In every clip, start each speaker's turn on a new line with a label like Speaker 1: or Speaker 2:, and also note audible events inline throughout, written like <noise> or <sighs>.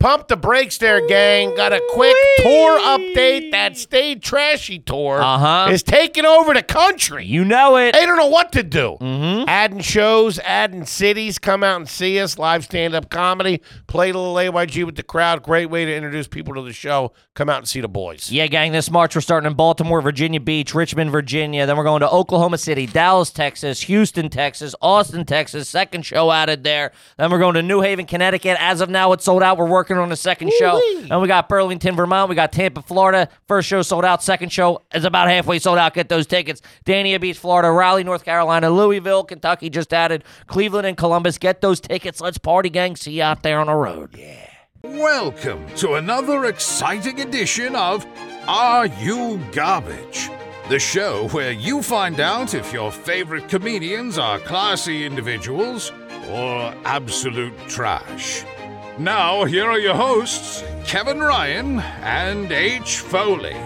Speaker 1: Pump the brakes there, gang. Got a quick tour update. That Stay Trashy tour
Speaker 2: Uh-huh.
Speaker 1: is taking over the country.
Speaker 2: You know it.
Speaker 1: They don't know what to do. Adding shows, adding cities. Come out and see us. Live stand up comedy. Play a little AYG with the crowd. Great way to introduce people to the show. Come out and see the boys.
Speaker 2: Yeah, gang, this March we're starting in Baltimore, Virginia Beach, Richmond, Virginia. Then we're going to Oklahoma City, Dallas, Texas, Houston, Texas, Austin, Texas. Second show added there. Then we're going to New Haven, Connecticut. As of now, it's sold out. We're working on the 2nd show. And we got Burlington, Vermont. We got Tampa, Florida. First show sold out. Second show is about halfway sold out. Get those tickets. Dania Beach, Florida, Raleigh, North Carolina, Louisville, Kentucky just added. Cleveland and Columbus. Get those tickets. Let's party, gang. See you out there on the road.
Speaker 3: Welcome to another exciting edition of Are You Garbage? The show where you find out if your favorite comedians are classy individuals or absolute trash. Now, here are your hosts, Kevin Ryan and H. Foley.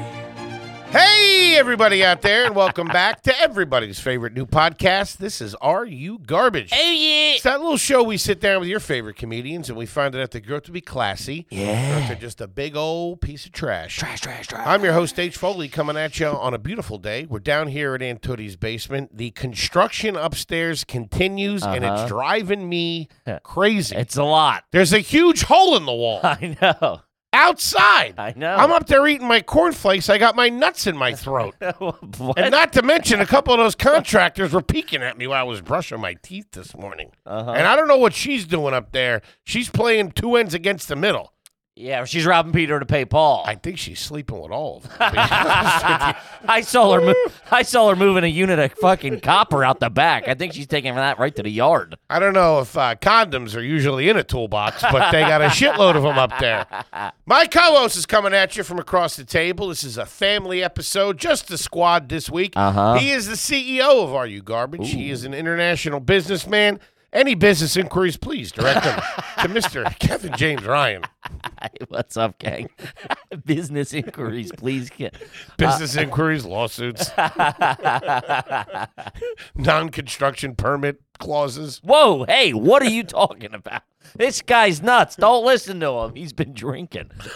Speaker 1: Hey, everybody out there, and welcome back to everybody's favorite new podcast. This is Are You Garbage?
Speaker 2: Oh, yeah.
Speaker 1: It's that little show we sit down with your favorite comedians and we find out if they grow up to be classy or if
Speaker 2: Yeah.
Speaker 1: they're just a big old piece of trash.
Speaker 2: Trash, trash, trash.
Speaker 1: I'm your host, H. Foley, coming at you on a beautiful day. We're down here at Antoni's basement. The construction upstairs continues, and it's driving
Speaker 2: <laughs>
Speaker 1: me crazy.
Speaker 2: Uh-huh. It's a lot. <laughs>
Speaker 1: There's a huge hole in the wall
Speaker 2: I know.
Speaker 1: outside.
Speaker 2: <laughs> I know.
Speaker 1: I'm up there eating my cornflakes. I got my nuts in my throat.
Speaker 2: <laughs>
Speaker 1: <laughs>
Speaker 2: what?
Speaker 1: And not to mention, a couple of those contractors were peeking at me while I was brushing my teeth this morning. And I don't know what she's doing up there. She's playing two ends against the middle.
Speaker 2: yeah, she's robbing Peter to pay Paul.
Speaker 1: I
Speaker 2: <laughs> I,
Speaker 1: think she's sleeping with all of them. to be honest with you.
Speaker 2: saw her. Mo- I saw her moving a unit of fucking copper out the back. I think she's taking that right to the yard. <laughs>
Speaker 1: I don't know if uh, condoms are usually in a toolbox, but they got a shitload of them up
Speaker 2: <laughs>
Speaker 1: there. My co host is coming at you from across the table. This is a family episode, just the squad this week.
Speaker 2: Uh-huh.
Speaker 1: He is the CEO of Are You Garbage? He is an international businessman. Any business inquiries, please direct them
Speaker 2: <laughs>
Speaker 1: to Mr. Kevin James Ryan.
Speaker 2: What's up, gang? <laughs> Business inquiries, please. Get- Uh,
Speaker 1: Business inquiries,
Speaker 2: <laughs>
Speaker 1: lawsuits, non construction permit clauses.
Speaker 2: Whoa, hey, what are you talking about? This guy's nuts. Don't listen to him. He's been drinking. <laughs>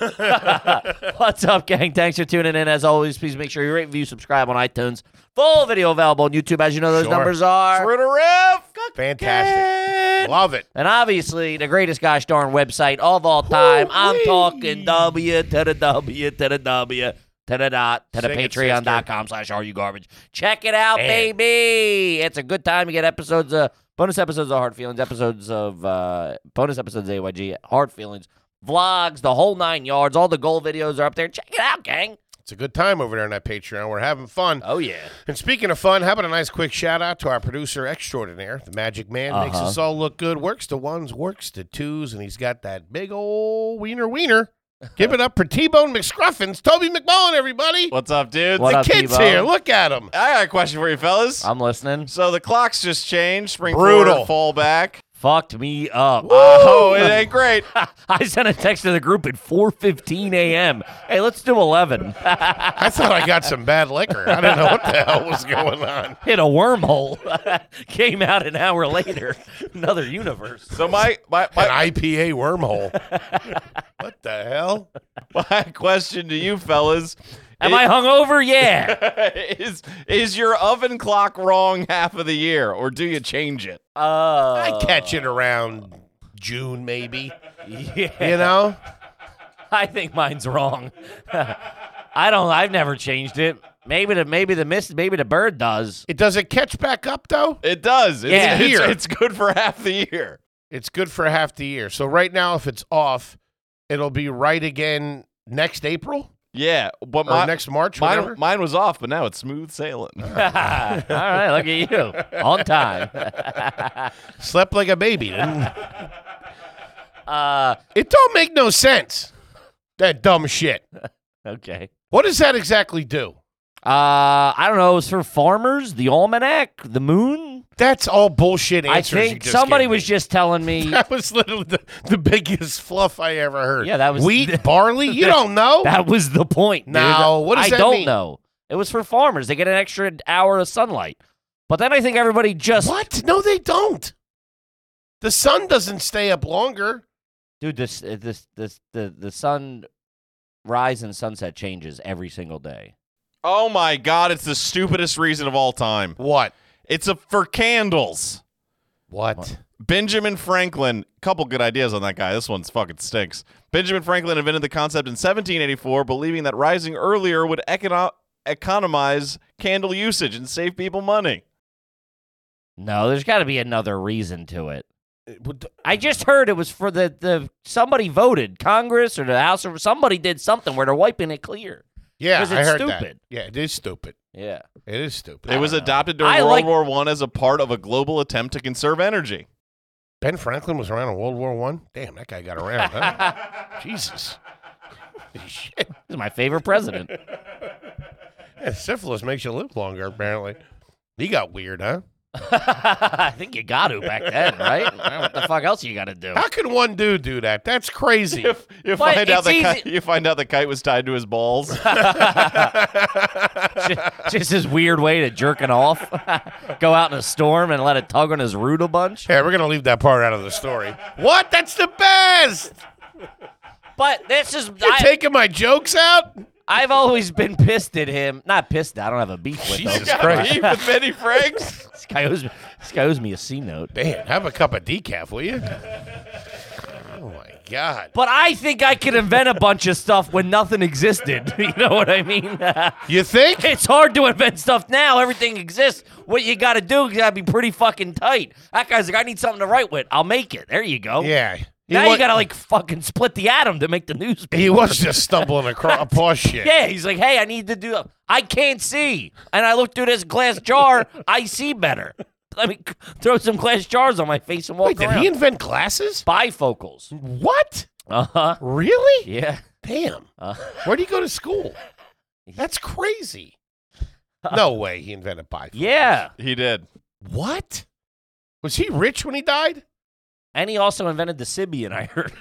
Speaker 2: What's up, gang? Thanks for tuning in. As always, please make sure you rate, review, subscribe on iTunes. Full video available on YouTube. As you know, those
Speaker 1: Sure.
Speaker 2: numbers are.
Speaker 1: Through the roof. Fantastic. Love it.
Speaker 2: And obviously, the greatest gosh darn website of all time. I'm talking W to the W to the W to the dot to the
Speaker 1: Sing it,
Speaker 2: patreon.com slash are you garbage. Check it out,
Speaker 1: Man.
Speaker 2: baby. It's a good time to get episodes of bonus episodes of Hard Feelings, episodes of uh, bonus episodes of AYG, Hard Feelings, vlogs, the whole nine yards. All the goal videos are up there. Check it out, gang.
Speaker 1: It's a good time over there on that Patreon. We're having fun.
Speaker 2: Oh, yeah.
Speaker 1: And speaking of fun, how about a nice quick shout out to our producer extraordinaire, the Magic Man. Makes
Speaker 2: Uh-huh.
Speaker 1: us all look good. Works the ones, works the twos, and he's got that big old wiener wiener. Give it up for T Bone McScruffins, Toby McMullen, everybody.
Speaker 4: What's up, dudes?
Speaker 2: What
Speaker 1: the
Speaker 2: up,
Speaker 1: kid's
Speaker 2: T-Bone?
Speaker 1: here. Look at him.
Speaker 4: I got a question for you, fellas.
Speaker 2: I'm listening.
Speaker 4: so the clocks just changed. Spring
Speaker 1: Brutal.
Speaker 4: forward,
Speaker 2: <laughs>
Speaker 4: fall back.
Speaker 2: Fucked me up.
Speaker 4: Oh, it
Speaker 2: <laughs>
Speaker 4: ain't great.
Speaker 2: I sent a text to the group at 4:15 a.m. Hey, let's do 11.
Speaker 1: I thought I got some bad liquor. I didn't know what the hell was going on.
Speaker 2: <laughs> Hit a wormhole. <laughs> Came out an hour later. <laughs> Another universe.
Speaker 4: So my my,
Speaker 1: An
Speaker 4: my,
Speaker 1: IPA wormhole. what the hell?
Speaker 4: <laughs> my question to you, fellas,
Speaker 2: Am I hungover? Yeah. <laughs>
Speaker 4: <laughs> is is your oven clock wrong half of the year, or do you change it?
Speaker 2: Uh,
Speaker 1: I catch it around June, maybe.
Speaker 2: <laughs> yeah.
Speaker 1: You know?
Speaker 2: I think mine's wrong. <laughs> I don't. I've never changed it. Maybe the maybe the mist maybe the bird does. <laughs>
Speaker 1: It does it catch back up though?
Speaker 4: It does. It's,
Speaker 2: Yeah.
Speaker 4: it's,
Speaker 1: Here.
Speaker 4: it's good for half the year.
Speaker 1: It's good for half the year. So right now, if it's off, it'll be right again next April
Speaker 4: Yeah, but
Speaker 1: or
Speaker 4: my,
Speaker 1: next March, whatever.
Speaker 4: mine mine was off, but now it's
Speaker 2: <laughs>
Speaker 4: smooth sailing.
Speaker 2: All right, look at you on time. <laughs>
Speaker 1: Slept like a baby. didn't-
Speaker 2: Uh,
Speaker 1: it don't make no sense. That dumb shit.
Speaker 2: okay.
Speaker 1: What does that exactly do?
Speaker 2: Uh, I don't know. It was for farmers. The almanac. The moon.
Speaker 1: That's all bullshit
Speaker 2: I
Speaker 1: answers. you
Speaker 2: think
Speaker 1: just
Speaker 2: somebody
Speaker 1: gave
Speaker 2: was
Speaker 1: me. <laughs>
Speaker 2: just telling me
Speaker 1: That was literally the, the biggest fluff I ever heard.
Speaker 2: Yeah, that was- <laughs>
Speaker 1: wheat, barley. You don't know.
Speaker 2: That was the point. dude.
Speaker 1: No, Oh. what does
Speaker 2: I
Speaker 1: that
Speaker 2: don't
Speaker 1: mean?
Speaker 2: know. It was for farmers. They get an extra hour of sunlight. But then I think everybody just
Speaker 1: what? No, they don't. The sun doesn't stay up longer.
Speaker 2: Dude, this uh, this this the the sun rise and sunset changes every single day.
Speaker 4: Oh my god, it's the stupidest reason of all time.
Speaker 1: What?
Speaker 4: It's a, for candles.
Speaker 1: What?
Speaker 4: Benjamin Franklin, couple good ideas on that guy. This one's fucking stinks. Benjamin Franklin invented the concept in 1784, believing that rising earlier would econo- economize candle usage and save people money.
Speaker 2: No, there's got to be another reason to it.
Speaker 1: It would-
Speaker 2: I just heard it was for the the somebody voted Congress or the House or somebody did something where they're wiping it clear.
Speaker 1: Yeah,
Speaker 2: 'Cause
Speaker 1: I
Speaker 2: it's
Speaker 1: heard that.
Speaker 2: stupid.
Speaker 1: Yeah, it is stupid.
Speaker 2: Yeah.
Speaker 1: It is stupid. Uh,
Speaker 4: It was
Speaker 2: don't know.
Speaker 4: adopted during
Speaker 2: I
Speaker 4: World
Speaker 2: like-
Speaker 4: War One as a part of a global attempt to conserve energy.
Speaker 1: ben Franklin was around in World War One. Damn, that guy got around.
Speaker 2: <laughs>
Speaker 1: huh? Jesus. <laughs> Shit.
Speaker 2: He's my favorite president.
Speaker 1: Yeah, syphilis makes you live longer, apparently. He got weird, huh?
Speaker 2: I think you got to back then, right? what the fuck else you got to do?
Speaker 1: How could one dude do that? That's crazy.
Speaker 4: You, you
Speaker 2: But
Speaker 4: find out
Speaker 2: it's
Speaker 4: the kite,
Speaker 2: easy-
Speaker 4: you find out the kite was tied to
Speaker 2: <laughs>
Speaker 4: his balls.
Speaker 2: just, <laughs> just his weird way to jerking off. <laughs> Go out in a storm and let it tug on his root a bunch.
Speaker 1: Yeah, we're gonna leave that part out of the story. What? That's the best.
Speaker 2: But this is
Speaker 1: You're
Speaker 2: I,
Speaker 1: taking my jokes out?
Speaker 2: I've always been pissed at him. Not pissed. I don't have a beef with him.
Speaker 1: Jesus
Speaker 2: This
Speaker 1: Christ.
Speaker 4: <laughs> Beef with Benny Franks.
Speaker 2: guy owes me, this guy owes me a C note.
Speaker 1: Man, have a cup of decaf, will you? Oh my God.
Speaker 2: But I think I could invent a bunch of stuff when nothing existed. <laughs> You know what I mean? <laughs>
Speaker 1: You think?
Speaker 2: it's hard to invent stuff now. Everything exists. What you got to do is got to be pretty fucking tight. That guy's like, I need something to write with. I'll make it. There you go.
Speaker 1: Yeah. He
Speaker 2: Now
Speaker 1: wa-
Speaker 2: you got to like fucking split the atom to make the newspaper.
Speaker 1: He was just stumbling across upon shit.
Speaker 2: <laughs> Yeah, he's like, hey, I need to do. I can't see, and I look through this glass jar. I see better. Let me c- throw some glass jars on my face and walk
Speaker 1: Wait, did
Speaker 2: around.
Speaker 1: he invent glasses?
Speaker 2: Bifocals.
Speaker 1: What?
Speaker 2: Uh huh.
Speaker 1: Really?
Speaker 2: Yeah.
Speaker 1: Damn.
Speaker 2: Uh,
Speaker 1: Where'd he go to school? That's
Speaker 2: <laughs>
Speaker 1: crazy. No way he invented bifocals.
Speaker 2: yeah.
Speaker 4: He did.
Speaker 1: What? Was he rich when he died?
Speaker 2: And he also invented the Sibian, I heard.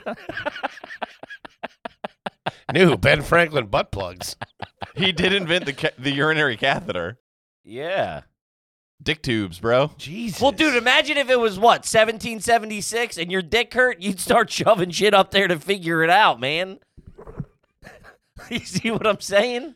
Speaker 1: New Ben Franklin butt
Speaker 2: <laughs>
Speaker 1: plugs.
Speaker 4: He did invent the ca- the urinary catheter.
Speaker 2: <laughs> yeah.
Speaker 4: Dick tubes, bro.
Speaker 1: Jesus.
Speaker 2: Well, dude, imagine if it was what, 1776 and your dick hurt, you'd start shoving shit up there to figure it out, man. <laughs> you see what I'm saying?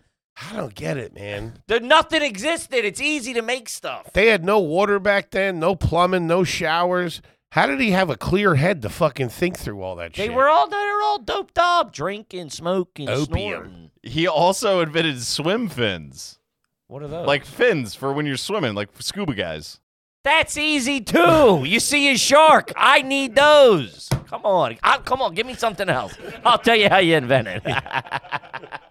Speaker 1: I don't get it, man.
Speaker 2: There, nothing existed. It's easy to make stuff.
Speaker 1: They had no water back then, no plumbing, no showers. How did he have a clear head to fucking think through all that
Speaker 2: They
Speaker 1: shit?
Speaker 2: were all they were all doped up, drinking, smoking,
Speaker 1: Opium.
Speaker 2: snorting.
Speaker 4: He also invented swim fins,
Speaker 2: What are those?
Speaker 4: <laughs> like fins for when you're swimming, like scuba guys.
Speaker 2: that's easy too. you see a shark? I need those. Come on, I, come on, give me something else. I'll tell you how you invented. <laughs> it.
Speaker 1: yeah,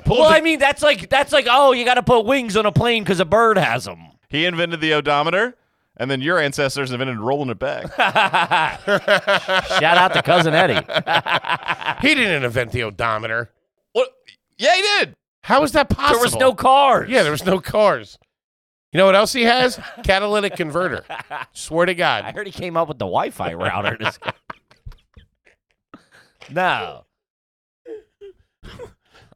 Speaker 1: pull
Speaker 2: well,
Speaker 1: the-
Speaker 2: I mean, that's like that's like oh, you got to put wings on a plane because a bird has them. <laughs>
Speaker 4: He invented the odometer, and then your ancestors invented rolling it
Speaker 1: <laughs>
Speaker 4: back.
Speaker 2: Shout out to cousin <laughs> Eddie.
Speaker 1: he didn't invent the odometer.
Speaker 4: what? Yeah, he did.
Speaker 1: How is that possible?
Speaker 2: there was no cars.
Speaker 1: Yeah, there was no cars. You know what else he has? Catalytic converter. Swear to
Speaker 2: <laughs> I
Speaker 1: God.
Speaker 2: heard he came up with the Wi-Fi router. <laughs> This guy. no.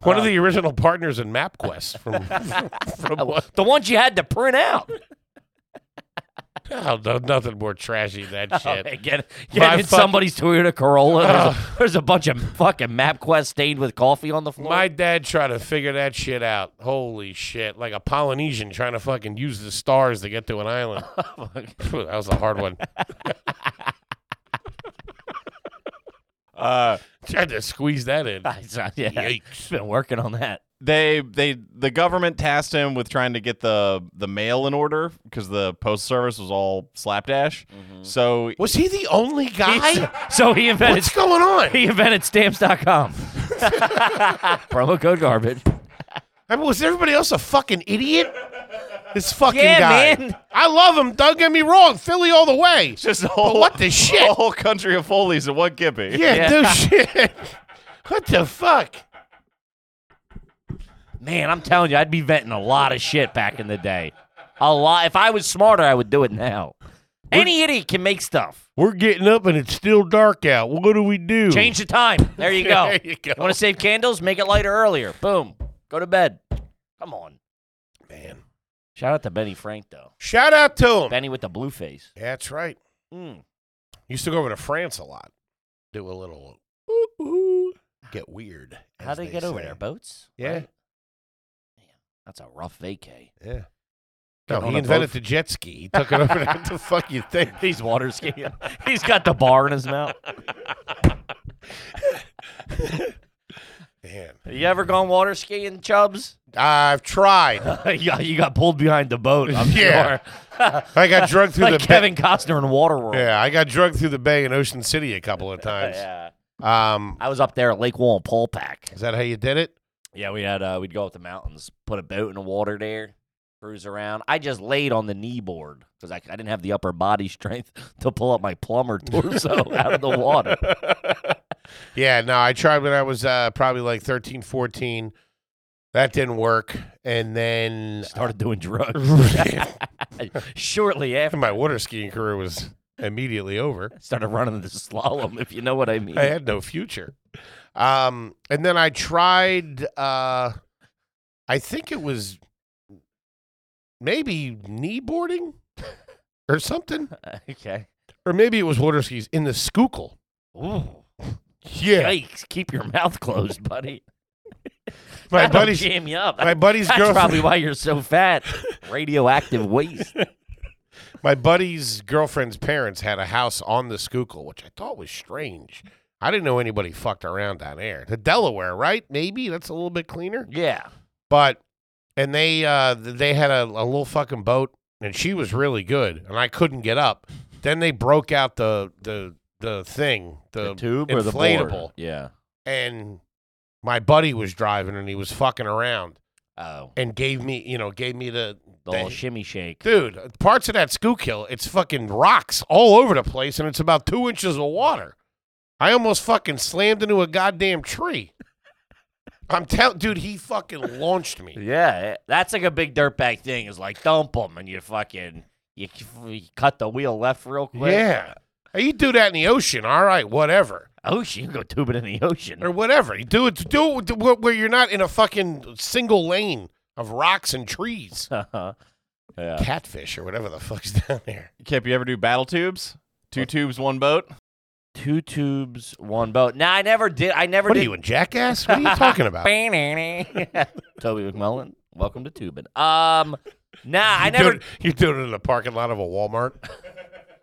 Speaker 1: One of the original partners in MapQuest from, <laughs> from what?
Speaker 2: The ones you had to print out.
Speaker 1: <laughs> Oh, no, nothing more trashy than that
Speaker 2: Oh,
Speaker 1: shit.
Speaker 2: man, get
Speaker 1: My
Speaker 2: get in
Speaker 1: fuck-
Speaker 2: somebody's Toyota Corolla. There's
Speaker 1: <laughs>
Speaker 2: a, there's a bunch of fucking MapQuest stained with coffee on the floor. <laughs>
Speaker 1: My dad tried to figure that shit out. Holy shit. Like a Polynesian trying to fucking use the stars to get to an island. <laughs> Phew, that was a hard one.
Speaker 4: Uh,
Speaker 1: <laughs> tried to squeeze that
Speaker 2: <laughs>
Speaker 1: in.
Speaker 2: uh, yeah,
Speaker 1: Yikes.
Speaker 2: been working on that.
Speaker 4: they they the government tasked him with trying to get the the mail in order because the post service was all slapdash. So <laughs>
Speaker 1: Was he the only guy?
Speaker 2: so he
Speaker 1: <laughs>
Speaker 2: invented
Speaker 1: What's going on?
Speaker 2: he invented stamps.com.
Speaker 1: <laughs>
Speaker 2: Promo code garbage.
Speaker 1: I mean, was everybody else a fucking idiot?
Speaker 2: <laughs>
Speaker 1: This fucking
Speaker 2: Yeah,
Speaker 1: guy.
Speaker 2: man.
Speaker 1: I love him. Don't get me wrong. Philly all the way.
Speaker 4: just a
Speaker 1: But
Speaker 4: whole
Speaker 1: what
Speaker 2: <laughs>
Speaker 1: the shit?
Speaker 4: a whole country of Foley's in one gippy.
Speaker 1: Yeah,
Speaker 2: Yeah. <laughs>
Speaker 1: no shit. What the fuck?
Speaker 2: Man, I'm telling you, I'd be venting a lot of shit back in the day. A lot. If I was smarter, I would do it now. Any idiot can make stuff.
Speaker 1: We're getting up and it's still dark out. What do we do? <laughs>
Speaker 2: Change the time. There you go.
Speaker 1: There you go.
Speaker 2: want to save candles? Make it lighter earlier. Boom. Go to bed. Come on.
Speaker 1: man.
Speaker 2: Shout out to Benny Frank though.
Speaker 1: Shout out to him.
Speaker 2: Benny with the blue face.
Speaker 1: That's right.
Speaker 2: Mm.
Speaker 1: Used to go over to France a lot. Do a little ooh, ooh, get weird.
Speaker 2: How
Speaker 1: as
Speaker 2: do you
Speaker 1: they
Speaker 2: get over
Speaker 1: say.
Speaker 2: there? Boats?
Speaker 1: Yeah.
Speaker 2: Right? Man, that's a rough vacay.
Speaker 1: Yeah. No,
Speaker 2: on
Speaker 1: he
Speaker 2: a
Speaker 1: invented
Speaker 2: boat.
Speaker 1: the jet ski. He took it over <laughs> there. What the fuck you think?
Speaker 2: <laughs> He's water skiing. <laughs> He's got the bar in his mouth.
Speaker 1: Man,
Speaker 2: <laughs> You ever gone water skiing, Chubbs?
Speaker 1: I've tried.
Speaker 2: <laughs> yeah, you got pulled behind the boat. <laughs> I'm
Speaker 1: Yeah.
Speaker 2: <laughs> sure.
Speaker 1: I got drunk through
Speaker 2: like
Speaker 1: the
Speaker 2: Kevin Costner in Waterworld.
Speaker 1: Bay. Yeah, I got drunk through the bay in Ocean City a couple of times.
Speaker 2: <laughs> Yeah.
Speaker 1: Um,
Speaker 2: I was up there at Lake Wall and Paul Pack.
Speaker 1: is that how you did it?
Speaker 2: Yeah, we had uh, we'd go up the mountains, put a boat in the water there, cruise around. I just laid on the knee board because I, I didn't have the upper body <laughs> strength to pull up my
Speaker 1: <laughs>
Speaker 2: plumber torso out of the water.
Speaker 1: Yeah, no, I tried when I was uh, probably like 13, 14. That didn't work. And then <laughs>
Speaker 2: Started doing drugs
Speaker 1: my
Speaker 2: <laughs> shortly after.
Speaker 1: water skiing career was immediately over.
Speaker 2: Started running the slalom, if you know what I mean.
Speaker 1: I had no future. Um, and then I tried. Uh, I think it was maybe knee boarding <laughs> or something,
Speaker 2: <laughs> okay.
Speaker 1: or maybe it was water skis in the Schuylkill.
Speaker 2: Ooh,
Speaker 1: Yeah,
Speaker 2: yikes! Keep your mouth closed, buddy.
Speaker 1: <laughs> my
Speaker 2: That'll
Speaker 1: buddy's
Speaker 2: jam you up.
Speaker 1: my buddy's
Speaker 2: <laughs> That's
Speaker 1: girlfriend.
Speaker 2: probably why you're
Speaker 1: <laughs>
Speaker 2: so fat. Radioactive waste.
Speaker 1: my buddy's girlfriend's parents had a house on the Schuylkill, which I thought was strange. I didn't know anybody fucked around down there. The Delaware, right? Maybe that's a little bit cleaner.
Speaker 2: Yeah.
Speaker 1: but and they uh th- they had a, a little fucking boat and she was really good and i couldn't get up then they broke out the the the thing the,
Speaker 2: tube
Speaker 1: inflatable.
Speaker 2: Yeah.
Speaker 1: and my buddy was driving and he was fucking around
Speaker 2: Oh,
Speaker 1: and gave me you know gave me the
Speaker 2: the
Speaker 1: They-
Speaker 2: whole shimmy shake.
Speaker 1: dude parts of that schuylkill it's fucking rocks all over the place and it's about two inches of water i almost fucking slammed into a goddamn tree i'm telling dude he fucking launched me
Speaker 2: <laughs> Yeah, that's like a big dirtbag thing. Is like dump them and you fucking you, you cut the wheel left real quick.
Speaker 1: Yeah. Hey, You do that in the ocean, all right, whatever,
Speaker 2: ocean, Oh, <laughs> you go tubing in the ocean. <laughs>
Speaker 1: or whatever. You do it, do it wh- where you're not in a fucking single lane of rocks and trees,
Speaker 2: Uh-huh. yeah.
Speaker 1: catfish or whatever the fuck's <laughs> down there.
Speaker 4: Kip, you ever do battle tubes? Two tubes, one boat.
Speaker 2: Two tubes, one boat. Nah, I never did. I never
Speaker 1: What are
Speaker 2: did. <laughs>
Speaker 1: you, a jackass? What are you talking about? You
Speaker 2: Toby McMullen, welcome to tubing. Um,
Speaker 1: <laughs>
Speaker 2: nah, I never.
Speaker 1: do it- you do it in the parking lot of a Walmart.
Speaker 2: <laughs>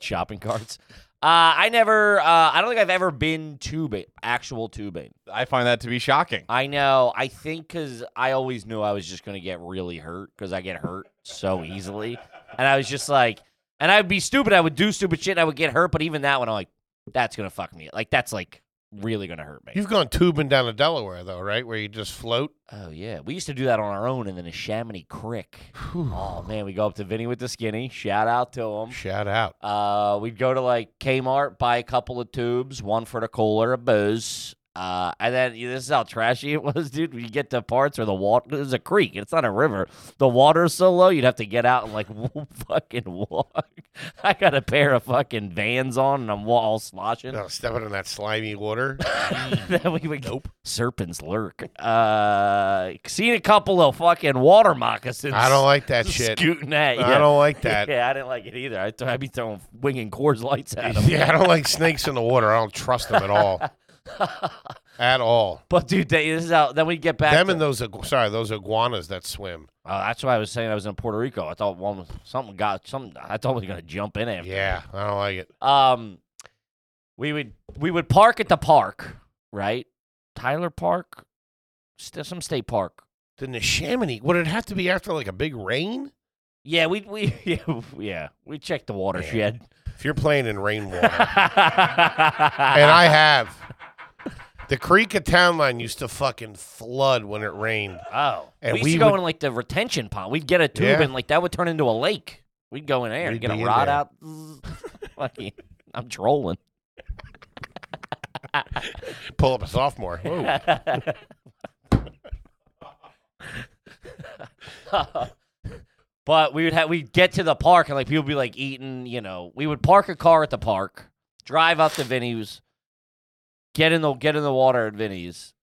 Speaker 2: shopping carts. Uh, I never. Uh, I don't think I've ever been tubing, actual tubing.
Speaker 4: I find that to be shocking.
Speaker 2: I know. I think because I always knew I was just going to get really hurt because I get hurt so easily. And I was just like, and I'd be stupid. I would do stupid shit and I would get hurt. But even that one, I'm like, that's going to fuck me. Like, that's like really going to hurt me.
Speaker 1: You've gone tubing down to Delaware though, right? Where you just float.
Speaker 2: oh, yeah. We used to do that on our own in the Neshaminy Creek. Oh, man. We go up to Vinny with the skinny. Shout out to him.
Speaker 1: Shout out.
Speaker 2: Uh, we'd go to like Kmart, buy a couple of tubes, one for the cooler, a booze. Uh, and then this is how trashy it <laughs> was, dude. When you get to parts where the water is a creek, it's not a river. The water's so low, you'd have to get out and like <laughs> fucking walk. <laughs> I got a pair of fucking vans on, and I'm all sloshing.
Speaker 1: No, stepping in that slimy <laughs> water.
Speaker 2: <laughs> then we would nope. serpents lurk. Uh, seen a couple of fucking water moccasins.
Speaker 1: I don't like
Speaker 2: <laughs>
Speaker 1: that shit.
Speaker 2: Scooting at you.
Speaker 1: I don't like that.
Speaker 2: <laughs> Yeah, I didn't like it either. I th- I'd be throwing winging Coors lights at them.
Speaker 1: <laughs> Yeah, I don't like snakes in the water. I don't trust them at <laughs> all. at all.
Speaker 2: But dude, they, this is how. Then we get back.
Speaker 1: Them
Speaker 2: to-
Speaker 1: and those igu- sorry, those iguanas that swim.
Speaker 2: oh, that's why I was saying I was in Puerto Rico. I thought one was something got something. I thought we was gonna jump in after.
Speaker 1: Yeah, I don't like it.
Speaker 2: Um, we would we would park at the park, right? Tyler Park, st- some state park.
Speaker 1: The Neshaminy. Would it have to be after like a big rain?
Speaker 2: Yeah, we we <laughs> yeah, yeah we checked the watershed.
Speaker 1: If you're playing in <laughs> rainwater, <laughs> and
Speaker 2: and
Speaker 1: I have. The creek at town line used to fucking flood when it rained.
Speaker 2: <laughs> oh,
Speaker 1: and
Speaker 2: we used
Speaker 1: we
Speaker 2: to go
Speaker 1: would-
Speaker 2: in like the retention pond. We'd get a tube
Speaker 1: Yeah.
Speaker 2: and like that would turn into a lake. We'd go in there and
Speaker 1: We'd
Speaker 2: get a
Speaker 1: be in
Speaker 2: rod
Speaker 1: there.
Speaker 2: out. <laughs> Fucking- I'm trolling.
Speaker 1: Pull up a sophomore. <laughs> Whoa.
Speaker 2: <laughs> but we would have we would get to the park and like people would be like eating, you know. We would park a car at the park, drive up to Vinny's, get in the get in the water at Vinny's,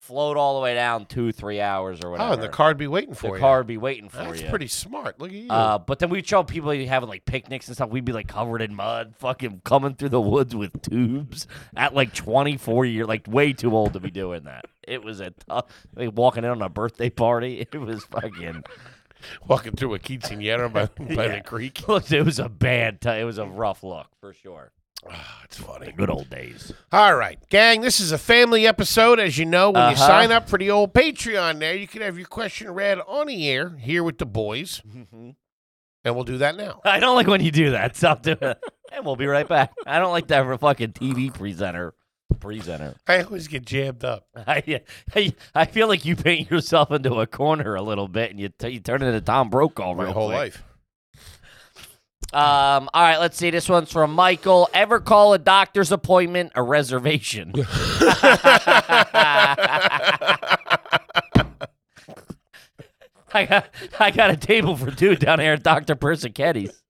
Speaker 2: float all the way down two, three hours or whatever.
Speaker 1: Oh, and the card be waiting
Speaker 2: The
Speaker 1: for you.
Speaker 2: car would be waiting for
Speaker 1: That's
Speaker 2: you.
Speaker 1: pretty smart. Look at you.
Speaker 2: Uh, but then we'd show people having like picnics and stuff. We'd be like covered in mud, fucking coming through the woods with tubes at like 24 year, like way too old to be doing that. It was a tough, like walking in on a birthday party. <laughs> It was fucking,
Speaker 1: <laughs> Walking through a quinceanera <laughs> by, by the creek.
Speaker 2: look, it was a bad time. It was a rough look for sure.
Speaker 1: Ah, it's funny.
Speaker 2: Good old days.
Speaker 1: All right, gang, this is a family episode. As you know, when you
Speaker 2: Uh-huh.
Speaker 1: sign up for the old Patreon there, you can have your question read on the air here with the boys. Mm-hmm. And we'll do that now.
Speaker 2: I don't like when you do that. <laughs> Stop doing it. And we'll be right back. I don't like that for fucking TV presenter. Presenter. <laughs>
Speaker 1: I always get jammed up.
Speaker 2: I, I, I feel like you paint yourself into a corner a little bit and you, t- you turn into Tom Brokaw
Speaker 1: My
Speaker 2: real
Speaker 1: whole
Speaker 2: quick.
Speaker 1: life.
Speaker 2: Um, all right, let's see. This one's from Michael. Ever call a doctor's appointment a reservation? I got I got a table for two down here at Dr. Persicetti's.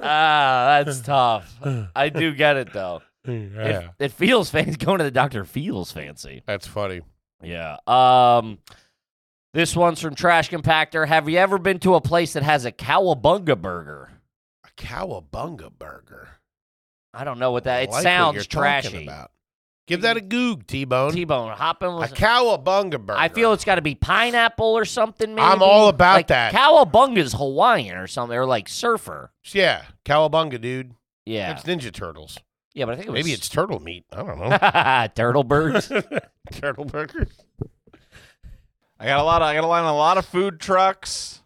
Speaker 2: Ah, that's tough. I do get it though. It,
Speaker 1: Yeah,
Speaker 2: it feels fancy. <laughs> Going to the doctor feels fancy.
Speaker 1: that's funny.
Speaker 2: Yeah. Um this one's from Trash Compactor. Have you ever been to a place that has a cowabunga burger?
Speaker 1: A cowabunga burger.
Speaker 2: I don't know what that. Uh,
Speaker 1: I
Speaker 2: It
Speaker 1: like what
Speaker 2: sounds
Speaker 1: you're talking
Speaker 2: trashy.
Speaker 1: about. Give that a goog, T Bone.
Speaker 2: T-bone, hop in.
Speaker 1: A
Speaker 2: With,
Speaker 1: cowabunga burger.
Speaker 2: I feel it's got to be pineapple or something. Maybe.
Speaker 1: I'm all about
Speaker 2: Like,
Speaker 1: that.
Speaker 2: Cowabunga's Hawaiian or something, or like surfer.
Speaker 1: yeah, cowabunga, dude.
Speaker 2: Yeah,
Speaker 1: That's Ninja Turtles.
Speaker 2: yeah, but I think it was
Speaker 1: Maybe it's turtle meat. I don't
Speaker 2: <laughs>
Speaker 1: know. <laughs>
Speaker 2: turtle birds.
Speaker 1: turtle burger.
Speaker 4: I got a lot. Of, I got a line on a lot of food trucks.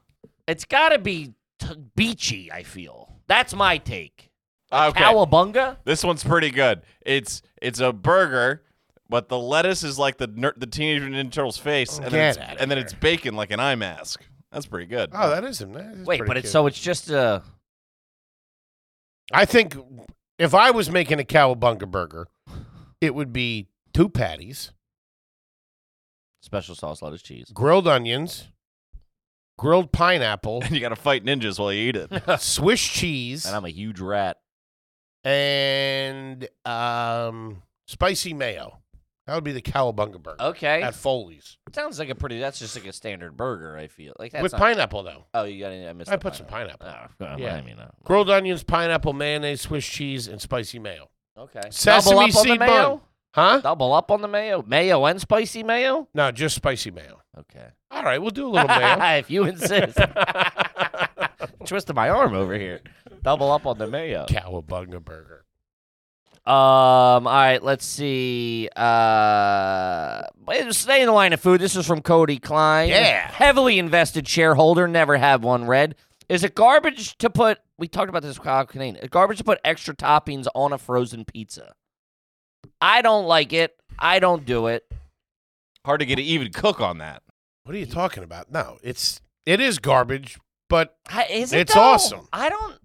Speaker 2: it's got to be t- beachy. I feel that's my take.
Speaker 4: Okay,
Speaker 2: Cowabunga.
Speaker 4: this one's pretty good. It's it's a burger, but the lettuce is like the ner- the teenage Mutant Ninja Turtle's face, and then
Speaker 1: Get
Speaker 4: it's,
Speaker 1: outta
Speaker 4: and then it's bacon like an eye mask. That's pretty good.
Speaker 1: Oh, that is him. That is
Speaker 2: Wait,
Speaker 1: pretty
Speaker 2: but it's
Speaker 1: cute.
Speaker 2: so it's just a
Speaker 1: I think if I was making a cowabunga burger, it would be two patties,
Speaker 2: special sauce, lettuce, cheese.
Speaker 1: grilled onions, grilled
Speaker 2: <laughs>
Speaker 1: pineapple,
Speaker 4: <laughs> and you got to fight ninjas while you eat it. <laughs>
Speaker 1: Swiss cheese,
Speaker 2: And I'm a huge rat.
Speaker 1: and um, spicy mayo. That would be the cowabunga burger
Speaker 2: Okay,
Speaker 1: at Foley's
Speaker 2: sounds like a pretty. That's just like a standard burger. I feel like that's
Speaker 1: with
Speaker 2: not-
Speaker 1: pineapple though.
Speaker 2: Oh, you got any? I missed.
Speaker 1: I
Speaker 2: the
Speaker 1: put some pineapple.
Speaker 2: Oh, well,
Speaker 1: Yeah.
Speaker 2: I mean, uh,
Speaker 1: Grilled onions, pineapple, mayonnaise, Swiss cheese, and spicy mayo.
Speaker 2: okay.
Speaker 1: Sesame
Speaker 2: Double up on the
Speaker 1: seed bun.
Speaker 2: mayo.
Speaker 1: Huh?
Speaker 2: Double up on the mayo. Mayo and spicy mayo.
Speaker 1: No, just spicy mayo.
Speaker 2: Okay.
Speaker 1: All right, we'll do a little
Speaker 2: <laughs>
Speaker 1: mayo.
Speaker 2: if
Speaker 1: <laughs>
Speaker 2: you insist. Twisted my arm over here. Double up on the mayo.
Speaker 1: Cowabunga burger.
Speaker 2: Um. All right. Let's see. Uh, but stay in the line of food. This is from Cody Klein.
Speaker 1: Yeah.
Speaker 2: Heavily invested shareholder. Never have one red. Is it garbage to put? We talked about this. with Kyle Kinane. Is it Garbage to put extra toppings on a frozen pizza. I don't like it. I don't do it.
Speaker 4: Hard to get an even cook on that.
Speaker 1: What are you talking about? No, it's it is garbage, but
Speaker 2: I, is it
Speaker 1: It's
Speaker 2: though?
Speaker 1: awesome.
Speaker 2: I don't.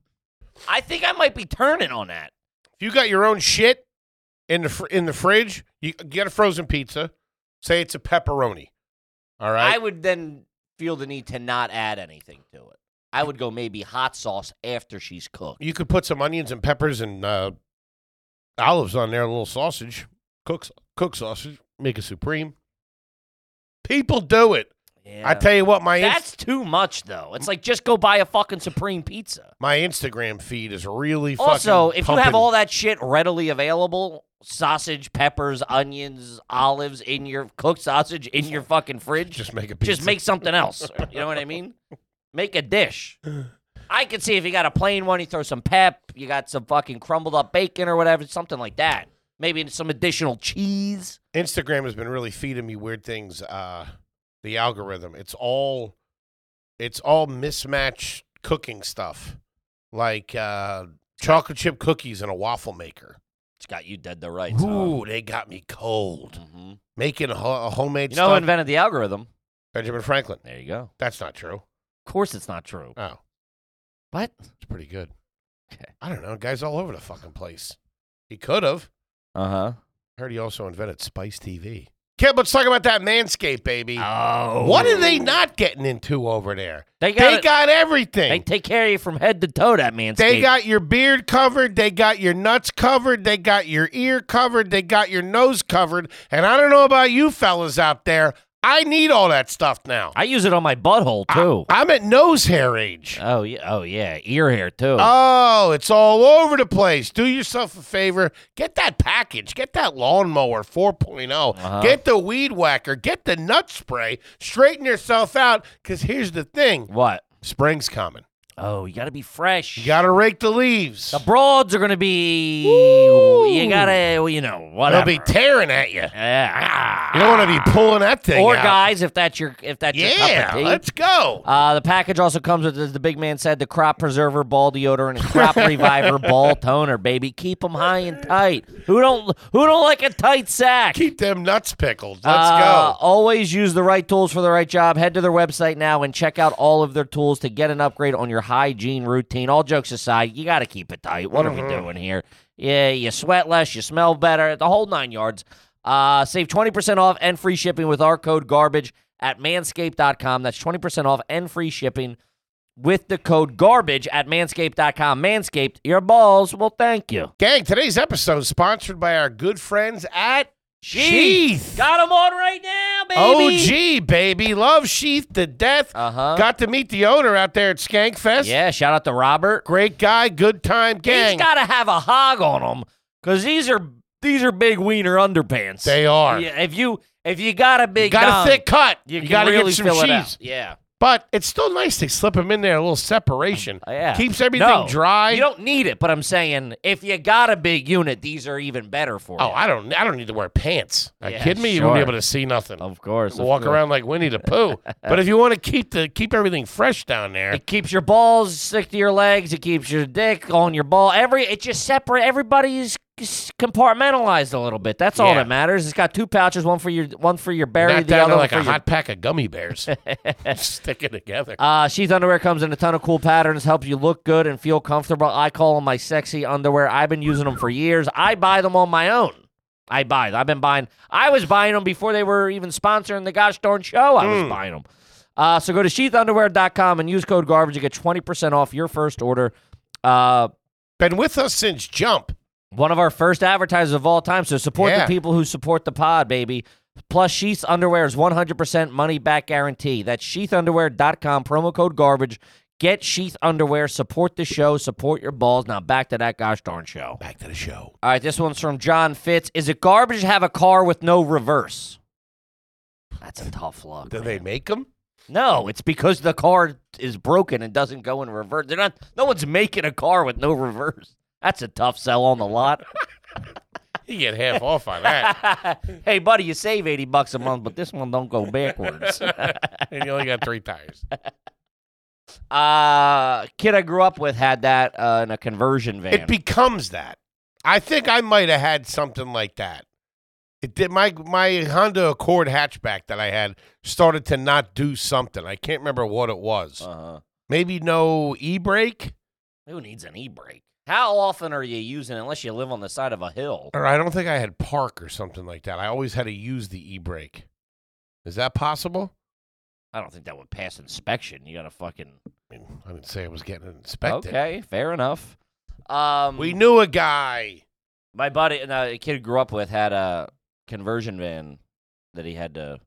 Speaker 2: I think I might be turning on that.
Speaker 1: if you got your own shit in the fr- in the fridge, you get a frozen pizza. Say it's a pepperoni. All right.
Speaker 2: I would then feel the need to not add anything to it. I would go maybe hot sauce after she's cooked.
Speaker 1: you could put some onions and peppers and uh, olives on there, a little sausage, cook cook sausage, make a supreme. People do it. I tell you what, my inst-
Speaker 2: That's too much, though. It's like just go buy a fucking supreme pizza.
Speaker 1: my Instagram feed is really
Speaker 2: Also,
Speaker 1: fucking
Speaker 2: if you have
Speaker 1: pumping-
Speaker 2: all that shit readily available, sausage, peppers, onions, olives in your cooked sausage in your fucking fridge,
Speaker 1: just make a pizza.
Speaker 2: just make something else. You know what I <laughs> mean? Make a dish. I could see if you got a plain one, you throw some pep, you got some fucking crumbled up bacon or whatever, something like that. Maybe some additional cheese.
Speaker 1: Instagram has been really feeding me weird things. Uh, the algorithm, it's all, it's all mismatched cooking stuff, like uh, chocolate chip cookies and a waffle maker.
Speaker 2: It's got you dead to rights. huh?
Speaker 1: Ooh, they got me cold.
Speaker 2: Mhm.
Speaker 1: Making a, ho- a homemade
Speaker 2: You know who
Speaker 1: stuff.
Speaker 2: invented the algorithm?
Speaker 1: Benjamin Franklin.
Speaker 2: There you go.
Speaker 1: That's not true.
Speaker 2: Of course, it's not true.
Speaker 1: Oh,
Speaker 2: What?
Speaker 1: it's pretty good.
Speaker 2: Okay.
Speaker 1: I don't know. Guys all over the fucking place. He could have.
Speaker 2: Uh huh.
Speaker 1: Heard he also invented Spice TV. Kev, let's talk about that Manscaped, baby.
Speaker 2: Oh.
Speaker 1: What are they not getting into over there?
Speaker 2: They got
Speaker 1: they
Speaker 2: it-
Speaker 1: got everything.
Speaker 2: They take care of you from head to toe, that Manscaped.
Speaker 1: They got your beard covered. They got your nuts covered. They got your ear covered. They got your nose covered. And I don't know about you fellas out there. I need all that stuff now.
Speaker 2: I use it on my butthole, too.
Speaker 1: I'm at nose hair age.
Speaker 2: oh, yeah. Oh, yeah. Ear hair, too.
Speaker 1: Oh, it's all over the place. Do yourself a favor. Get that package. Get that lawnmower 4
Speaker 2: Uh-huh.
Speaker 1: Get the weed whacker. Get the nut spray. Straighten yourself out. Because here's the thing
Speaker 2: what?
Speaker 1: spring's coming.
Speaker 2: Oh, you got to be fresh.
Speaker 1: You got to rake the leaves.
Speaker 2: the broads are going to be. You got to, well, you know,
Speaker 1: They'll
Speaker 2: whatever.
Speaker 1: be tearing at you.
Speaker 2: yeah.
Speaker 1: You don't want to be pulling that thing
Speaker 2: Or
Speaker 1: out.
Speaker 2: guys, if that's your if that's your cup
Speaker 1: Yeah,
Speaker 2: of tea.
Speaker 1: let's go.
Speaker 2: Uh, the package also comes with, as the big man said, the crop preserver, ball deodorant, and
Speaker 1: <laughs>
Speaker 2: crop reviver, ball toner. Baby, keep them high and tight. Who don't who don't like a tight sack?
Speaker 1: Keep them nuts pickled. Let's
Speaker 2: Uh,
Speaker 1: go.
Speaker 2: Always use the right tools for the right job. Head to their website now and check out all of their tools to get an upgrade on your hygiene routine. All jokes aside, you got to keep it tight. What are we
Speaker 1: Mm-hmm.
Speaker 2: doing here? Yeah, you sweat less, you smell better, the whole nine yards. Uh, save 20% off and free shipping with our code garbage at manscaped.com. That's 20% off and free shipping with the code garbage at manscaped.com. Manscaped, your balls will thank you.
Speaker 1: Gang, today's episode is sponsored by our good friends at Sheath.
Speaker 2: Got them on right now,
Speaker 1: Oh,
Speaker 2: baby.
Speaker 1: OG, baby. Love Sheath to death.
Speaker 2: Uh huh.
Speaker 1: Got to meet the owner out there at Skankfest.
Speaker 2: Yeah, shout out to Robert.
Speaker 1: Great guy, good time, gang.
Speaker 2: He's got to have a hog on him because these are these are big wiener underpants.
Speaker 1: they are.
Speaker 2: Yeah, if you if you got a big
Speaker 1: got
Speaker 2: dong,
Speaker 1: a thick cut. You,
Speaker 2: can
Speaker 1: got to
Speaker 2: really
Speaker 1: get some
Speaker 2: fill it
Speaker 1: cheese.
Speaker 2: out. Yeah,
Speaker 1: But it's still nice to slip them in there, a little separation.
Speaker 2: Uh, <laughs> yeah.
Speaker 1: Keeps everything
Speaker 2: No,
Speaker 1: dry.
Speaker 2: you don't need it, but I'm saying if you got a big unit, these are even better for
Speaker 1: oh,
Speaker 2: you.
Speaker 1: I don't I don't need to wear pants. Are you
Speaker 2: Yeah,
Speaker 1: kidding me? You won't be
Speaker 2: sure.
Speaker 1: able to see nothing.
Speaker 2: of course, of
Speaker 1: walk
Speaker 2: course.
Speaker 1: around like Winnie the
Speaker 2: <laughs>
Speaker 1: Pooh. but if you want to keep the keep everything fresh down there,
Speaker 2: It keeps your balls stick to your legs. It keeps your dick on your ball. Every it just separate. Everybody's s- compartmentalized a little bit. That's all
Speaker 1: Yeah.
Speaker 2: that matters. It's got two pouches, one for your one for your berry,
Speaker 1: not
Speaker 2: the
Speaker 1: down
Speaker 2: other
Speaker 1: to
Speaker 2: one
Speaker 1: like
Speaker 2: for
Speaker 1: a
Speaker 2: your
Speaker 1: hot pack of gummy
Speaker 2: <laughs>
Speaker 1: bears sticking together.
Speaker 2: Uh, Sheath underwear comes in a ton of cool patterns, helps you look good and feel comfortable. I call them my sexy underwear. I've been using them for years. I buy them on my own. I buy them. I've been buying. I was buying them before they were even sponsoring the gosh darn show. I was buying them. Uh, so go to sheathunderwear.com and use code garbage to get 20% off your first order. Uh,
Speaker 1: Been with us since jump.
Speaker 2: one of our first advertisers of all time. So support
Speaker 1: Yeah.
Speaker 2: the people who support the pod, baby. Plus, Sheath's underwear is 100% money back guarantee. That's sheathunderwear.com, promo code garbage. Get Sheath underwear, support the show, support your balls. Now back to that gosh darn show.
Speaker 1: Back to the show.
Speaker 2: All right, this one's from John Fitz. Is it garbage to have a car with no reverse? That's a tough look.
Speaker 1: Do
Speaker 2: man.
Speaker 1: they make them?
Speaker 2: No, it's because the car is broken and doesn't go in reverse. They're not. No one's making a car with no reverse. That's a tough sell on the lot.
Speaker 1: You get half off on that,
Speaker 2: <laughs> hey, buddy, you save eighty bucks a month, but this one don't go backwards. <laughs>
Speaker 1: and you only got three tires.
Speaker 2: uh, kid I grew up with had that uh, in a conversion van.
Speaker 1: It becomes that. I think I might have had something like that. It did my my Honda Accord hatchback that I had started to not do something. I can't remember what it was.
Speaker 2: uh-huh.
Speaker 1: Maybe no e brake,
Speaker 2: Who needs an e-brake? How often are you using it unless you live on the side of a hill?
Speaker 1: or I don't think I had park or something like that. I always had to use the e brake. Is that possible?
Speaker 2: I don't think that would pass inspection. You gotta fucking
Speaker 1: I mean, I didn't say I was getting inspected.
Speaker 2: okay, fair enough. Um,
Speaker 1: We knew a guy.
Speaker 2: my buddy and a kid grew up with had a conversion van that he had to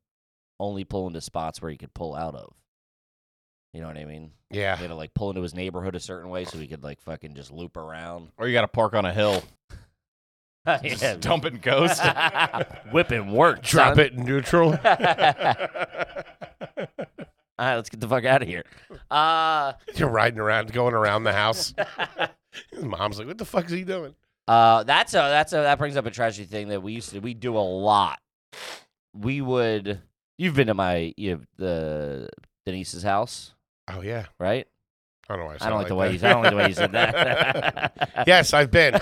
Speaker 2: only pull into spots where he could pull out of. You know what I mean?
Speaker 1: Yeah.
Speaker 2: He had to like pull into his neighborhood a certain way so he could like fucking just loop <laughs> around.
Speaker 4: Or you got to park on a hill. Just
Speaker 2: Yeah.
Speaker 4: dump it
Speaker 2: <laughs>
Speaker 4: and coast.
Speaker 2: Whip and work.
Speaker 1: Drop
Speaker 2: son. <laughs>
Speaker 1: it in neutral. <laughs>
Speaker 2: All right, let's get the fuck out of here. Uh, <laughs>
Speaker 1: You're riding around, going around the house. His mom's like, "What the fuck is he doing?"
Speaker 2: uh, that's a that's a that brings up a tragedy thing that we used to we do a lot. We would. You've been to my you know, the Denise's house,
Speaker 1: Oh yeah.
Speaker 2: right?
Speaker 1: I don't know. Why I,
Speaker 2: I
Speaker 1: sound
Speaker 2: don't like, the way you.
Speaker 1: that.
Speaker 2: I don't like the way you said that.
Speaker 1: <laughs>
Speaker 2: <laughs>
Speaker 1: yes, I've been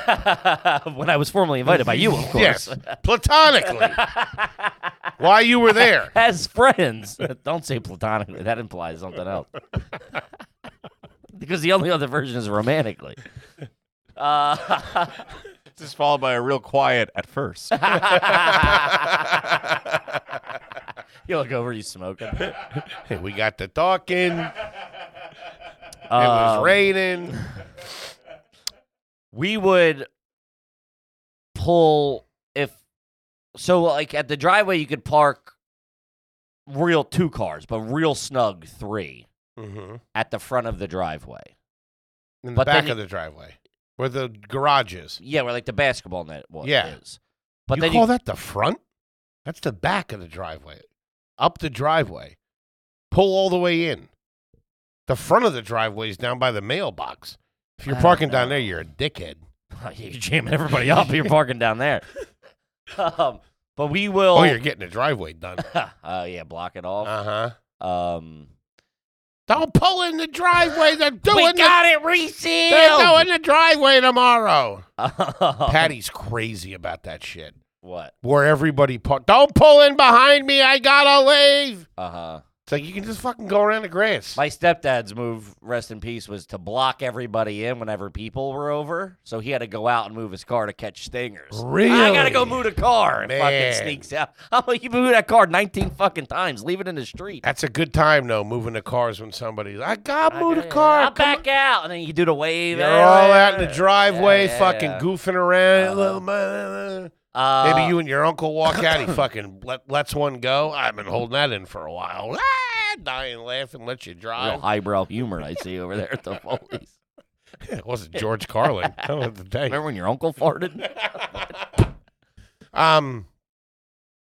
Speaker 2: when I was formally invited by you, of <laughs> course.
Speaker 1: Yes, platonically.
Speaker 2: <laughs>
Speaker 1: Why you were there?
Speaker 2: As friends. <laughs> Don't say platonically. That implies something
Speaker 1: <laughs>
Speaker 2: else. because the only other version is romantically. Uh, <laughs>
Speaker 4: This is followed by a real quiet at first.
Speaker 2: I You look over, you smoking. It
Speaker 1: we got the talking. it was raining.
Speaker 2: Um, we would pull if so like at the driveway you could park real two cars but real snug three
Speaker 1: Mm-hmm.
Speaker 2: at the front of the driveway
Speaker 1: In the
Speaker 2: But then
Speaker 1: back
Speaker 2: you-
Speaker 1: of the driveway where the garage is.
Speaker 2: yeah where like the basketball net was
Speaker 1: Yeah.
Speaker 2: is. but
Speaker 1: you
Speaker 2: then
Speaker 1: call
Speaker 2: you,
Speaker 1: that the front? That's the back of the driveway. Up the driveway. Pull all the way in. The front of the driveway is down by the mailbox. If you're
Speaker 2: I don't
Speaker 1: parking down
Speaker 2: know.
Speaker 1: there, you're a dickhead.
Speaker 2: <laughs> you're jamming everybody up you're parking
Speaker 1: <laughs>
Speaker 2: down there um, but we will
Speaker 1: Oh, you're getting the driveway done.
Speaker 2: <laughs> uh, yeah block it off
Speaker 1: Uh huh.
Speaker 2: um
Speaker 1: Don't pull in the driveway. They're doing
Speaker 2: <laughs> we
Speaker 1: the-
Speaker 2: got
Speaker 1: <laughs>
Speaker 2: it
Speaker 1: They're
Speaker 2: resealed
Speaker 1: going the driveway tomorrow.
Speaker 2: Um, <laughs>
Speaker 1: Patty's crazy about that shit.
Speaker 2: what
Speaker 1: Where everybody park. Don't pull in behind me. I gotta leave.
Speaker 2: uh-huh
Speaker 1: It's like you can just fucking go around the grass.
Speaker 2: My stepdad's move, rest in peace, was to block everybody in whenever people were over. So he had to go out and move his car to catch stingers. I gotta go
Speaker 1: Really?
Speaker 2: move the car. And
Speaker 1: Man.
Speaker 2: fucking sneaks out. I'm like, you moved that car 19 fucking times. Leave it in the street.
Speaker 1: That's a good time though, moving the cars when somebody's. I got to move the
Speaker 2: I-
Speaker 1: car.
Speaker 2: I'll
Speaker 1: come on."
Speaker 2: back out. And then you do the wave.
Speaker 1: They're all out in the
Speaker 2: Yeah,
Speaker 1: driveway,
Speaker 2: yeah,
Speaker 1: fucking
Speaker 2: yeah.
Speaker 1: goofing around.
Speaker 2: Uh-huh.
Speaker 1: Little man.
Speaker 2: Uh,
Speaker 1: Maybe you and your uncle walk out. He
Speaker 2: <coughs>
Speaker 1: fucking let, lets one go. I've been holding that in for a while. Ah, dying laughing, let you
Speaker 2: Real
Speaker 1: drive.
Speaker 2: highbrow humor I see over there at the
Speaker 1: <laughs>
Speaker 2: Foley's.
Speaker 1: It wasn't George
Speaker 2: <laughs>
Speaker 1: Carlin. I don't know what to tell you.
Speaker 2: Remember when your uncle farted?
Speaker 1: Um,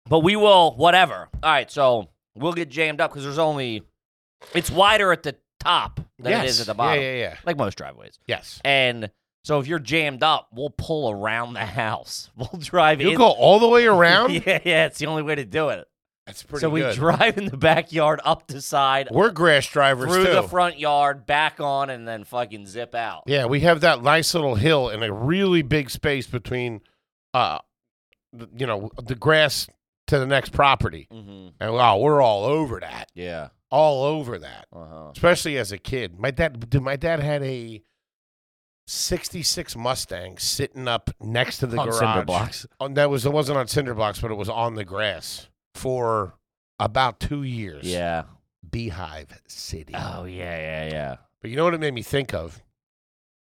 Speaker 2: But we will, whatever. All right, so we'll get jammed up because there's only, it's wider at the top than
Speaker 1: yes.
Speaker 2: it is at the bottom.
Speaker 1: Yeah, yeah, yeah.
Speaker 2: like most driveways.
Speaker 1: Yes.
Speaker 2: And so if you're jammed up, we'll pull around the house. <laughs> We'll drive
Speaker 1: You
Speaker 2: in.
Speaker 1: go all the
Speaker 2: <laughs>
Speaker 1: way around.
Speaker 2: Yeah, yeah, it's the only way to do it.
Speaker 1: That's pretty
Speaker 2: so we
Speaker 1: good.
Speaker 2: drive in the backyard, up the side,
Speaker 1: We're grass drivers
Speaker 2: through
Speaker 1: too.
Speaker 2: the front yard, back on, and then fucking zip out.
Speaker 1: yeah, we have that nice little hill and a really big space between, uh, th- you know, the grass to the next property.
Speaker 2: Mm-hmm.
Speaker 1: And wow, we're all over that.
Speaker 2: Yeah.
Speaker 1: All over that.
Speaker 2: Uh-huh.
Speaker 1: Especially as a kid. My dad, dude, my dad had a. 66 Mustang sitting up next to the
Speaker 2: On
Speaker 1: garage.
Speaker 2: cinder blocks.
Speaker 1: on that was it wasn't on cinder blocks, but it was on the grass for about two years.
Speaker 2: Yeah.
Speaker 1: Beehive City.
Speaker 2: Oh yeah, yeah, yeah.
Speaker 1: But you know what it made me think of?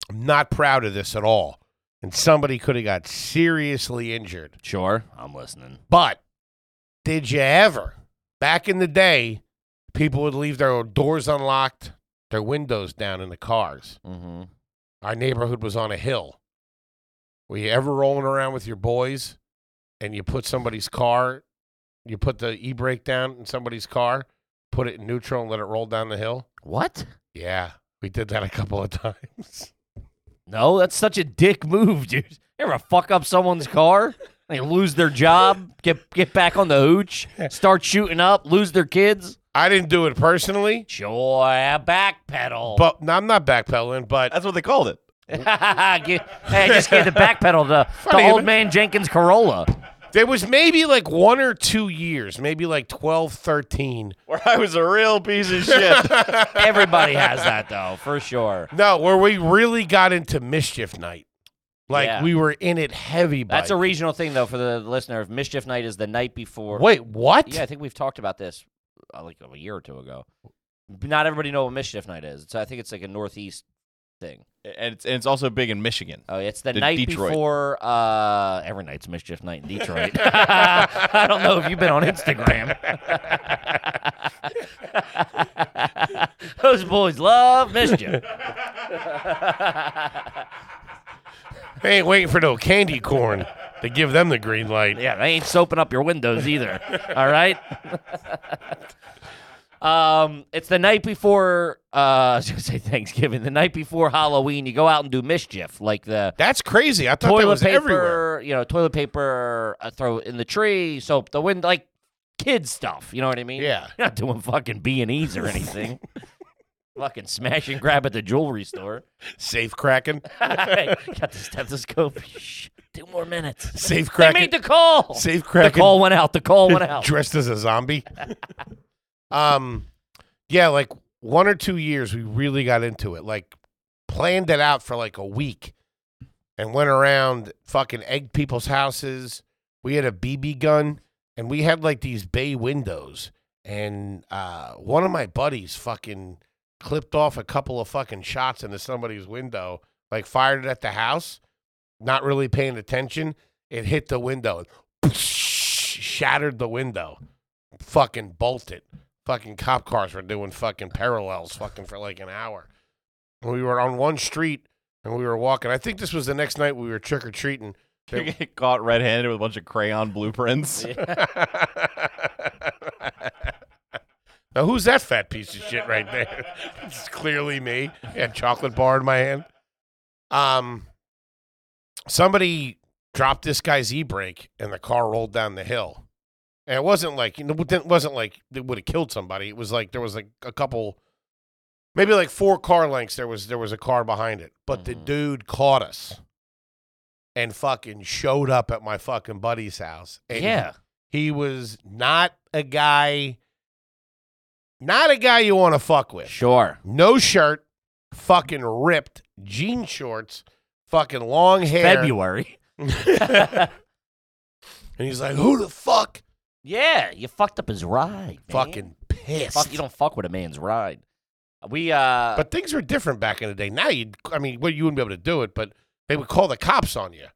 Speaker 1: I'm not proud of this at all. And somebody could have got seriously injured.
Speaker 2: Sure, I'm listening.
Speaker 1: But did you ever? Back in the day, people would leave their doors unlocked, their windows down in the cars.
Speaker 2: Mm-hmm.
Speaker 1: Our neighborhood was on a hill. Were you ever rolling around with your boys and you put somebody's car, you put the e brake down in somebody's car, put it in neutral and let it roll down the hill?
Speaker 2: What?
Speaker 1: Yeah, we did that a couple of <laughs> times.
Speaker 2: No, that's such a dick move, <laughs> dude. You ever fuck up someone's car? They lose their job, get get back on the
Speaker 1: <laughs>
Speaker 2: hooch, start shooting up, lose their kids.
Speaker 1: I didn't do it personally,
Speaker 2: Sure, backpedal.
Speaker 1: but no, I'm not backpedaling, but
Speaker 4: That's what they called it.
Speaker 2: <laughs> Get- hey, I just gave the backpedal
Speaker 1: <laughs>
Speaker 2: to
Speaker 1: Funny,
Speaker 2: the
Speaker 1: isn't
Speaker 2: old
Speaker 1: it?
Speaker 2: man Jenkins Corolla.
Speaker 1: there was maybe like one or two years, maybe like 12, 13.
Speaker 4: Where I was a real piece of shit.
Speaker 2: Everybody has that though, for sure.
Speaker 1: No, where we really got into mischief night. Like
Speaker 2: Yeah.
Speaker 1: we were in it heavy.
Speaker 2: That's a
Speaker 1: bike.
Speaker 2: regional thing though for the listener. If Mischief Night is the night before.
Speaker 1: Wait, what?
Speaker 2: Yeah, I think we've talked about this uh, like a year or two ago. Not everybody know what Mischief Night is, so I think it's like a Northeast thing.
Speaker 4: and, it's, and it's also big in Michigan.
Speaker 2: Oh, it's the
Speaker 4: The
Speaker 2: night
Speaker 4: Detroit.
Speaker 2: before. Uh, every night's mischief night in Detroit. <laughs> I don't know if you've been on Instagram. <laughs> Those boys love mischief.
Speaker 1: They ain't waiting for no candy corn to give them the green light.
Speaker 2: Yeah, they ain't soaping up your windows either. <laughs> All right. um, it's the night before. Uh, <laughs> I was gonna say Thanksgiving. The night before Halloween, you go out and do mischief, like the
Speaker 1: That's crazy. I thought that
Speaker 2: toilet
Speaker 1: was
Speaker 2: paper,
Speaker 1: everywhere.
Speaker 2: you know, toilet paper, uh, throw it in the tree, soap the wind, like kid stuff. You know what I mean?
Speaker 1: Yeah.
Speaker 2: You're not doing fucking B and E's
Speaker 1: <laughs>
Speaker 2: or anything. fucking smash and grab at the jewelry
Speaker 1: <laughs>
Speaker 2: store.
Speaker 1: Safe cracking.
Speaker 2: Got the stethoscope. Shh, two more minutes.
Speaker 1: Safe
Speaker 2: They
Speaker 1: cracking.
Speaker 2: made the call.
Speaker 1: Safe
Speaker 2: The
Speaker 1: cracking.
Speaker 2: call went out. The call went out.
Speaker 1: dressed as a zombie. <laughs> um, yeah, like one or two years, we really got into it. Like planned it out for like a week, and went around fucking egg people's houses. We had a BB gun, and we had like these bay windows, and uh, one of my buddies fucking clipped off a couple of fucking shots into somebody's window, like fired it at the house, not really paying attention. It hit the window, <laughs> and shattered the window, fucking bolted. Fucking cop cars were doing fucking parallels, fucking for like an hour. And we were on one street, and we were walking. I think this was the next night we were trick or treating.
Speaker 4: You get <laughs> caught red-handed with a bunch of crayon blueprints.
Speaker 1: now who's that fat piece of shit right there? <laughs> it's clearly me. Yeah, chocolate bar in my hand. Um, somebody dropped this guy's e-brake, and the car rolled down the hill. And it wasn't like you know, it wasn't like it would have killed somebody. It was like there was like a couple, maybe like four car lengths. There was there was a car behind it, but the
Speaker 2: Mhm.
Speaker 1: dude caught us. And fucking showed up at my fucking buddy's house. And
Speaker 2: yeah.
Speaker 1: he was not a guy, not a guy you want to fuck with.
Speaker 2: Sure.
Speaker 1: No shirt, fucking ripped jean shorts, fucking long hair.
Speaker 2: February.
Speaker 1: <laughs>
Speaker 2: <laughs>
Speaker 1: and he's like, "Who the fuck?"
Speaker 2: Yeah, you fucked up his ride. man.
Speaker 1: Fucking pissed.
Speaker 2: Fuck, you don't fuck with a man's ride. We uh
Speaker 1: but things were different back in the day. Now you, I mean, well, you wouldn't be able to do it, but they would call the cops on you.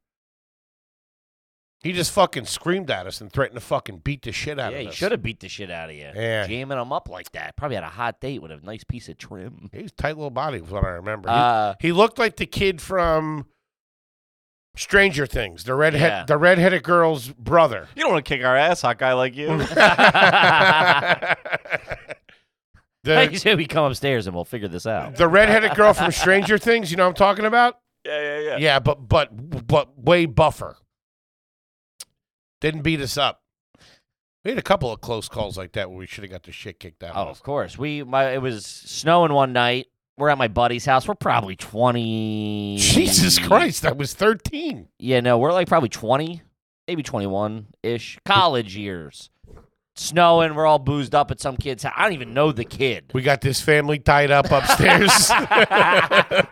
Speaker 1: He just fucking screamed at us and threatened to fucking beat the shit out
Speaker 2: yeah,
Speaker 1: of
Speaker 2: he
Speaker 1: us.
Speaker 2: should have beat the shit out of you.
Speaker 1: Yeah.
Speaker 2: Jamming him up like that. Probably had a hot date with a nice piece of trim.
Speaker 1: He was a tight little body, was what I remember. He-
Speaker 2: Uh,
Speaker 1: He looked like the kid from Stranger Things, the redhead,
Speaker 2: Yeah.
Speaker 1: the redheaded girl's
Speaker 2: <laughs>
Speaker 1: brother.
Speaker 4: You don't want to kick our ass, hot guy like
Speaker 2: Uh,
Speaker 4: you.
Speaker 2: like you
Speaker 1: the,
Speaker 2: said, we come upstairs and we'll figure this out.
Speaker 1: the redheaded girl from Stranger Things, you know what I'm talking about?
Speaker 4: yeah, yeah.
Speaker 1: Yeah, but but but way buffer. Didn't beat us up. We had a couple of close calls like that where we should have got the shit kicked out.
Speaker 2: Oh,
Speaker 1: of us.
Speaker 2: of course. We my it was snowing one night. We're at my buddy's house. We're probably twenty.
Speaker 1: Jesus Christ, I was 13.
Speaker 2: Yeah, no, we're like probably 20, maybe 21 ish. College years. Snowing, we're all boozed up at some kid's house. I don't even know the kid.
Speaker 1: We got this family tied up
Speaker 2: <laughs>
Speaker 1: upstairs. <laughs>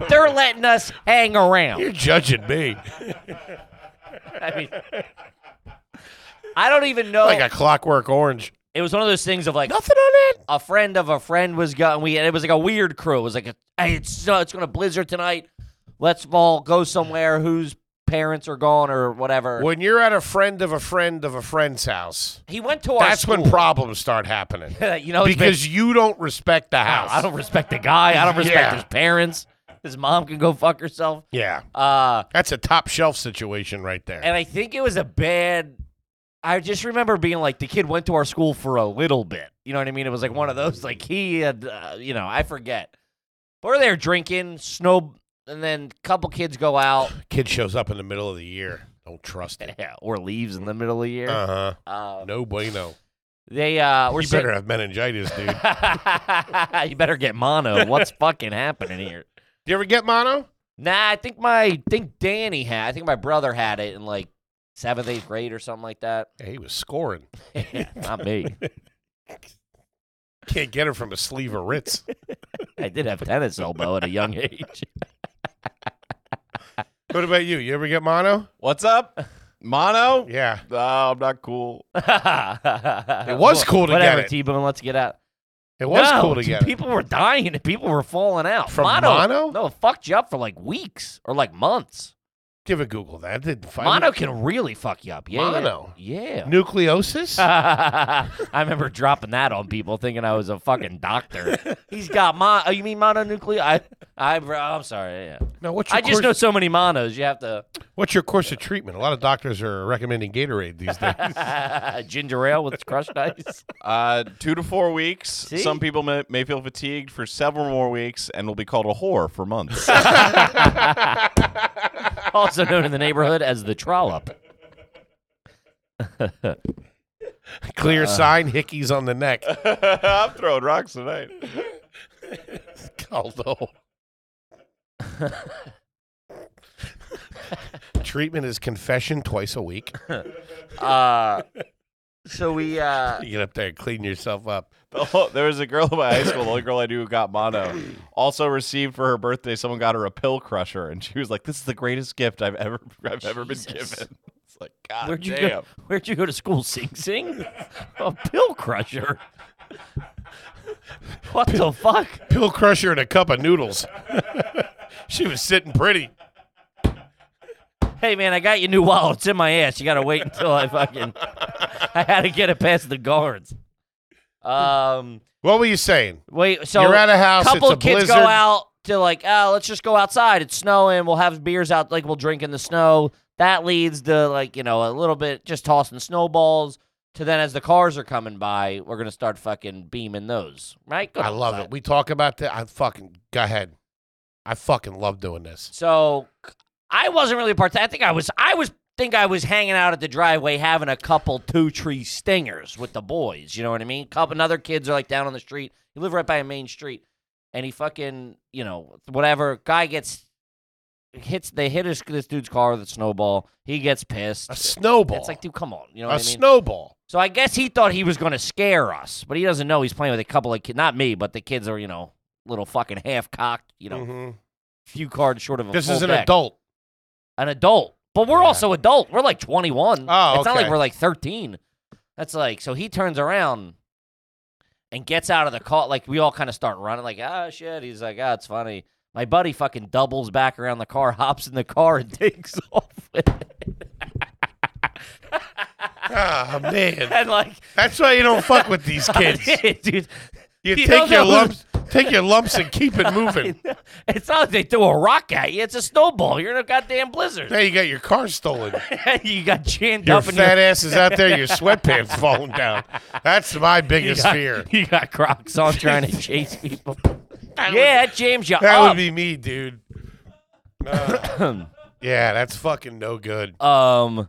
Speaker 2: They're letting us hang around.
Speaker 1: You're judging me
Speaker 2: I mean, I don't even know.
Speaker 1: like a clockwork orange.
Speaker 2: it was one of those things of like
Speaker 1: Nothing on it.
Speaker 2: a friend of a friend was going. We and it was like a weird crew. It was like, a, hey, it's snow- it's going to blizzard tonight. Let's all go somewhere. Whose parents are gone or whatever.
Speaker 1: When you're at a friend of a friend of a friend's house,
Speaker 2: he went to our.
Speaker 1: that's when
Speaker 2: school. <laughs>
Speaker 1: problems start happening.
Speaker 2: you know it's been-
Speaker 1: because you don't respect the house.
Speaker 2: <laughs> I don't respect the guy. I don't respect
Speaker 1: Yeah.
Speaker 2: his parents. His mom can go fuck herself.
Speaker 1: Yeah.
Speaker 2: Uh,
Speaker 1: That's a top shelf situation right there.
Speaker 2: and I think it was a bad. I just remember being like, the kid went to our school for a little bit. You know what I mean? It was like one of those, like he had, uh, you know, I forget. We're there drinking, snow, and then a couple kids go out <sighs>
Speaker 1: Kid shows up in the middle of the year. Don't trust
Speaker 2: <laughs>
Speaker 1: it.
Speaker 2: or leaves in the middle of the year.
Speaker 1: Uh huh.
Speaker 2: Uh,
Speaker 1: No bueno.
Speaker 2: they uh, we're
Speaker 1: You
Speaker 2: sitting-
Speaker 1: better have meningitis, dude.
Speaker 2: <laughs>
Speaker 1: Do
Speaker 2: you better get mono.
Speaker 1: <laughs>
Speaker 2: What's fucking happening here?
Speaker 1: you ever get mono?
Speaker 2: Nah, I think my think Danny had. I think my brother had it in like seventh, eighth grade or something like that. <laughs>
Speaker 1: Yeah, he was scoring.
Speaker 2: Not me.
Speaker 1: Can't get it from a sleeve of
Speaker 2: <laughs>
Speaker 1: Ritz.
Speaker 2: I did have tennis elbow at a young <laughs> age.
Speaker 1: what about you? You ever get mono?
Speaker 2: <laughs>
Speaker 4: What's up, Mono?
Speaker 1: Yeah.
Speaker 4: Oh, I'm not cool.
Speaker 2: it
Speaker 1: was cool to get
Speaker 2: Whatever,
Speaker 1: it.
Speaker 2: T Bone. Let's get out.
Speaker 1: It was
Speaker 2: No,
Speaker 1: cool to
Speaker 2: dude,
Speaker 1: get it.
Speaker 2: People were dying. and People were falling out.
Speaker 1: From mono?
Speaker 2: No, it fucked you up for like weeks or like months.
Speaker 1: Give a Google that. It didn't find
Speaker 2: mono
Speaker 1: it.
Speaker 2: can really fuck you up. Yeah,
Speaker 1: Mono.
Speaker 2: Yeah.
Speaker 1: Nucleosis?
Speaker 2: <laughs> Uh, I remember dropping that on people, thinking I was a fucking doctor.
Speaker 1: <laughs>
Speaker 2: He's got mon. Oh, you mean mononuclear? I, I, I'm sorry. Yeah.
Speaker 1: no, what's your
Speaker 2: I just
Speaker 1: course-
Speaker 2: know so many monos. You have to <laughs>
Speaker 1: What's your course of treatment? A lot of doctors are recommending Gatorade these
Speaker 2: <laughs>
Speaker 1: days. <laughs>
Speaker 2: ginger ale with crushed ice.
Speaker 4: Uh, two to four weeks.
Speaker 2: See?
Speaker 4: Some people may, may feel fatigued for several more weeks and will be called a whore for
Speaker 2: <laughs>
Speaker 4: months.
Speaker 2: also known in the neighborhood as the trollop. Uh.
Speaker 1: Clear sign, hickeys on the neck. <laughs>
Speaker 4: I'm throwing rocks tonight.
Speaker 1: Although
Speaker 2: <laughs>
Speaker 1: treatment is confession twice a week.
Speaker 2: <laughs> Uh, so we. Uh,
Speaker 1: You get up there and clean yourself up.
Speaker 4: Oh, there was a girl in my high school, the only girl I knew who got mono. Also received for her birthday, someone got her a pill crusher, and she was like, "This is the greatest gift I've ever I've ever
Speaker 2: Jesus.
Speaker 4: been given." It's like, God
Speaker 2: Where'd you
Speaker 4: Ah, damn.
Speaker 2: go? <laughs> Where'd you go to school, Sing Sing? a pill crusher. <laughs> what the fuck?
Speaker 1: Pill crusher and a cup of noodles. <laughs> she was sitting pretty.
Speaker 2: Hey man, I got your new wallet. It's in my ass. You gotta wait until I fucking. <laughs> I had to get it past the guards. Um.
Speaker 1: What were you saying?
Speaker 2: Wait. So
Speaker 1: You're at a house. it's
Speaker 2: couple
Speaker 1: a
Speaker 2: of kids
Speaker 1: blizzard.
Speaker 2: go out to like, oh, let's just go outside. It's snowing. We'll have beers out. Like we'll drink in the snow. That leads to like you know a little bit just tossing snowballs. To then, as the cars are coming by, we're gonna start fucking beaming those. Right? Go
Speaker 1: I love
Speaker 2: outside.
Speaker 1: it. We talk about that. I fucking go ahead. I fucking love doing this.
Speaker 2: So c- I wasn't really part. I think I was. I was think I was hanging out at the driveway having a couple two tree stingers with the boys. You know what I mean? Couple and other kids are like down on the street. You live right by a main street, and he fucking you know whatever guy gets hits. They hit his, this dude's car with a snowball. He gets pissed.
Speaker 1: A snowball.
Speaker 2: It's like, dude, come on. You know
Speaker 1: a
Speaker 2: what I mean?
Speaker 1: snowball.
Speaker 2: so I guess he thought he was going to scare us, but he doesn't know he's playing with a couple of kids. Not me, but the kids are, you know, little fucking half cocked, you know,
Speaker 1: Mhm.
Speaker 2: few cards short of a
Speaker 1: This
Speaker 2: full
Speaker 1: is an
Speaker 2: deck
Speaker 1: adult.
Speaker 2: an adult. But we're
Speaker 1: Yeah.
Speaker 2: also adult. We're like 21.
Speaker 1: Oh,
Speaker 2: it's not like
Speaker 1: okay.
Speaker 2: we're like 13. That's like so he turns around and gets out of the car. Like we all kind of start running. Like ah shit. He's like ah it's funny. My buddy fucking doubles back around the car, <laughs> hops in the car, and takes off with it.
Speaker 1: Ah man,
Speaker 2: And like <laughs>
Speaker 1: that's why you don't fuck with these kids.
Speaker 2: dude.
Speaker 1: You
Speaker 2: You
Speaker 1: take
Speaker 2: don't
Speaker 1: your
Speaker 2: know who-
Speaker 1: lumps, take your lumps, and keep it
Speaker 2: <laughs>
Speaker 1: moving.
Speaker 2: It's not like they threw a rock at you. It's a snowball. You're in a goddamn blizzard.
Speaker 1: Now you got your car
Speaker 2: <laughs>
Speaker 1: stolen.
Speaker 2: you got jammed
Speaker 1: Your
Speaker 2: up in your
Speaker 1: fat ass is out there. Your sweatpants falling down. That's my biggest
Speaker 2: <laughs>
Speaker 1: fear.
Speaker 2: <laughs> You got Crocs on trying
Speaker 1: <laughs>
Speaker 2: to chase people. yeah, that James, you
Speaker 1: That
Speaker 2: up.
Speaker 1: would be me, dude. Uh, yeah, that's fucking no good.
Speaker 2: <coughs> um,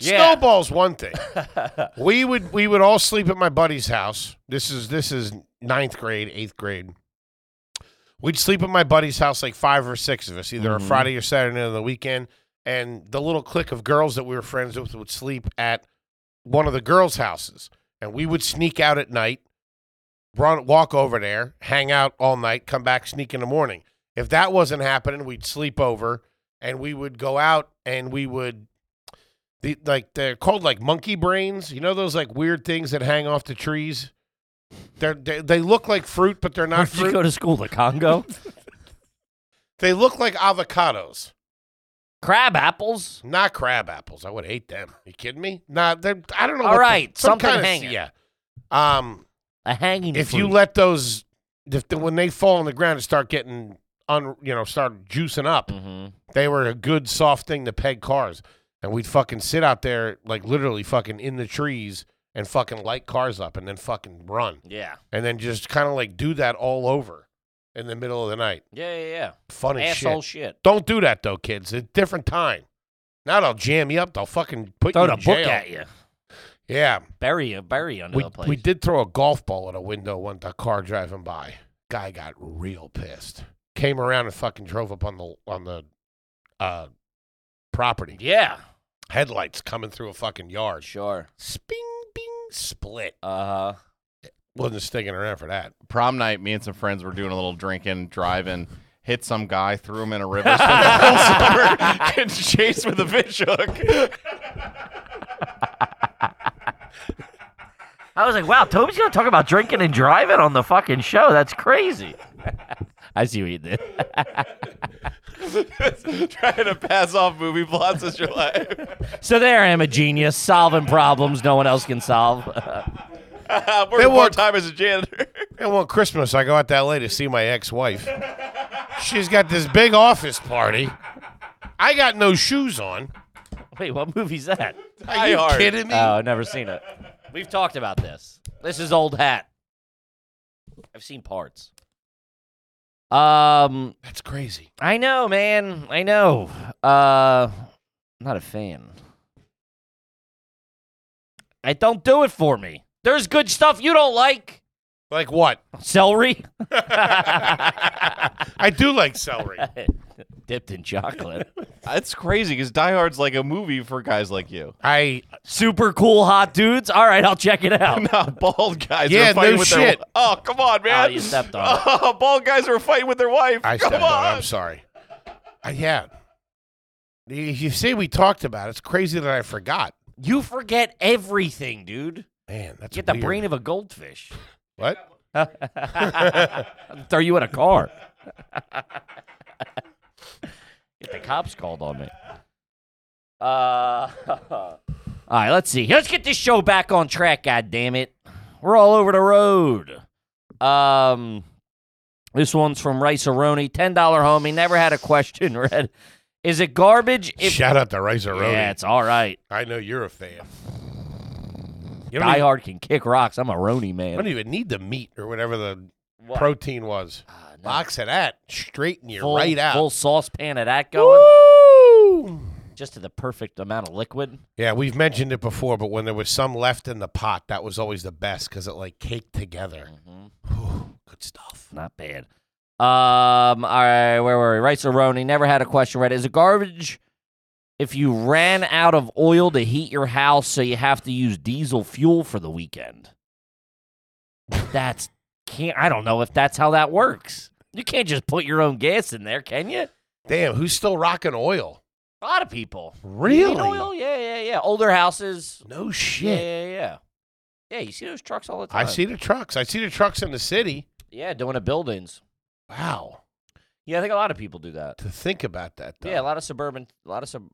Speaker 2: yeah,
Speaker 1: Snowball's one thing. we would we would all sleep at my buddy's house. This is this is ninth grade, eighth grade. We'd sleep at my buddy's house like five or six of us, either a
Speaker 2: Mhm.
Speaker 1: Friday or Saturday night on the weekend. And the little clique of girls that we were friends with would sleep at one of the girls' houses. And we would sneak out at night, run walk over there, hang out all night, come back, sneak in the morning. If that wasn't happening, we'd sleep over and we would go out and we would the like they're called like monkey brains. You know those like weird things that hang off the trees. They're, they they look like fruit, but they're <laughs> not
Speaker 2: Where'd you
Speaker 1: fruit.
Speaker 2: go to school? The Congo?
Speaker 1: They look like avocados,
Speaker 2: Crab apples?
Speaker 1: not crab apples. I would hate them. you kidding me? Nah, they're I don't know.
Speaker 2: All
Speaker 1: what the-
Speaker 2: right,
Speaker 1: some
Speaker 2: something
Speaker 1: kind of-
Speaker 2: hanging.
Speaker 1: Yeah. Um,
Speaker 2: A hanging.
Speaker 1: if you
Speaker 2: fruit.
Speaker 1: let those, if the, when they fall on the ground and start getting un, you know, start juicing up,
Speaker 2: Mhm.
Speaker 1: they were a good soft thing to peg cars. And we'd fucking sit out there, like literally fucking in the trees and fucking light cars up and then fucking run.
Speaker 2: yeah,
Speaker 1: And then just kind of like do that all over in the middle of the night.
Speaker 2: yeah, yeah, yeah.
Speaker 1: Funny
Speaker 2: asshole
Speaker 1: shit.
Speaker 2: shit.
Speaker 1: Don't do that though, kids. It's a different time. Now they'll jam you up. They'll fucking put
Speaker 2: Throw
Speaker 1: you
Speaker 2: the
Speaker 1: in
Speaker 2: book
Speaker 1: jail.
Speaker 2: at you.
Speaker 1: Yeah.
Speaker 2: Bury you. Bury you under
Speaker 1: We,
Speaker 2: the place.
Speaker 1: we did throw a golf ball at a window one a car driving by. Guy got real pissed. Came around and fucking drove up on the on the uh property.
Speaker 2: yeah,
Speaker 1: headlights coming through a fucking yard.
Speaker 2: sure.
Speaker 1: Sping, bing, split.
Speaker 2: Uh huh.
Speaker 1: Wasn't sticking around for that.
Speaker 4: Prom night, me and some friends were doing a little drinking, driving, hit some guy, threw him in a
Speaker 2: <laughs>
Speaker 4: river, spent the whole summer <laughs> getting chased with a fish hook. <laughs>
Speaker 2: I was like, wow, Toby's gonna talk about drinking and driving on the fucking show. That's crazy. <laughs> I see what you did.
Speaker 4: Trying to pass off movie plots as your life. <laughs>
Speaker 2: So there I am, a genius, solving problems no one else can solve. <laughs>
Speaker 4: I
Speaker 1: They
Speaker 4: worked more
Speaker 1: worked-
Speaker 4: Uh, time as a janitor.
Speaker 1: And one Christmas, I go out that way to see my ex-wife. She's got this big office party. I got no shoes on.
Speaker 2: Wait, what movie's that?
Speaker 1: Are you
Speaker 4: Die Hard.
Speaker 1: kidding me?
Speaker 2: Oh, I've never seen it. We've talked about this. This is old hat. I've seen parts. Um,
Speaker 1: That's crazy.
Speaker 2: I know, man. I know. Uh, not a fan. I don't do it for me. There's good stuff you don't like.
Speaker 1: Like what?
Speaker 2: Celery, <laughs>
Speaker 1: I do like
Speaker 2: <laughs>
Speaker 1: celery.
Speaker 2: dipped in chocolate.
Speaker 4: That's crazy because Die Hard's like a movie for guys like you.
Speaker 1: I
Speaker 2: Super cool, hot dudes. All right, I'll check it out.
Speaker 4: <laughs> Not bald guys
Speaker 1: Oh. Yeah,
Speaker 4: are fighting
Speaker 1: no
Speaker 4: with
Speaker 1: shit.
Speaker 4: their. Oh, come on, man!
Speaker 2: you stepped on
Speaker 4: <laughs>
Speaker 2: it.
Speaker 4: Oh, bald guys are fighting with their wife.
Speaker 1: I
Speaker 4: come
Speaker 1: stepped
Speaker 4: on.
Speaker 1: on. it. I'm sorry. I, yeah. Uh, You you say we talked about it. It's crazy that I forgot.
Speaker 2: <laughs> You forget everything, dude.
Speaker 1: Man, that's
Speaker 2: Get the
Speaker 1: weird.
Speaker 2: brain of a goldfish.
Speaker 1: What?
Speaker 2: <laughs> Throw you in a car. Get the cops called on me. Uh, <laughs> all right, let's see. Let's get this show back on track. God damn it, we're all over the road. Um, this one's from Rice Aroni, ten dollar homie. Never had a question <laughs> read. Is it garbage? <laughs> If
Speaker 1: Shout out to Riser Road.
Speaker 2: yeah, it's all right.
Speaker 1: I know you're a fan. You don't,
Speaker 2: Die
Speaker 1: even,
Speaker 2: Hard can kick rocks. I'm a Roni
Speaker 1: you
Speaker 2: man.
Speaker 1: don't even need the meat or whatever the
Speaker 2: What?
Speaker 1: protein was.
Speaker 2: Ah, no.
Speaker 1: Box of that, straighten you
Speaker 2: full,
Speaker 1: right out.
Speaker 2: Full saucepan of that going.
Speaker 1: Woo!
Speaker 2: Just to the perfect amount of liquid.
Speaker 1: Yeah, we've mentioned it before, but when there was some left in the pot, that was always the best because it like caked together.
Speaker 2: Mhm.
Speaker 1: Whew, good stuff.
Speaker 2: Not bad. Um, all right, where were we? Right, so Roni never had a question right. Is it garbage if you ran out of oil to heat your house, so you have to use diesel fuel for the weekend? That's can't. I don't know if that's how that works. You can't just put your own gas in there, can you?
Speaker 1: Damn, who's still rocking oil?
Speaker 2: A lot of people. You need
Speaker 1: Really?
Speaker 2: Oil? Yeah, yeah, yeah. Older houses.
Speaker 1: No
Speaker 2: Yeah,
Speaker 1: shit.
Speaker 2: yeah, yeah. Yeah, you see those trucks all the time.
Speaker 1: I see the trucks. I see the trucks in the city.
Speaker 2: Yeah, doing the buildings.
Speaker 1: Wow.
Speaker 2: Yeah, I think a lot of people do that.
Speaker 1: To think about that, though.
Speaker 2: Yeah, a lot of suburban, a lot of sub.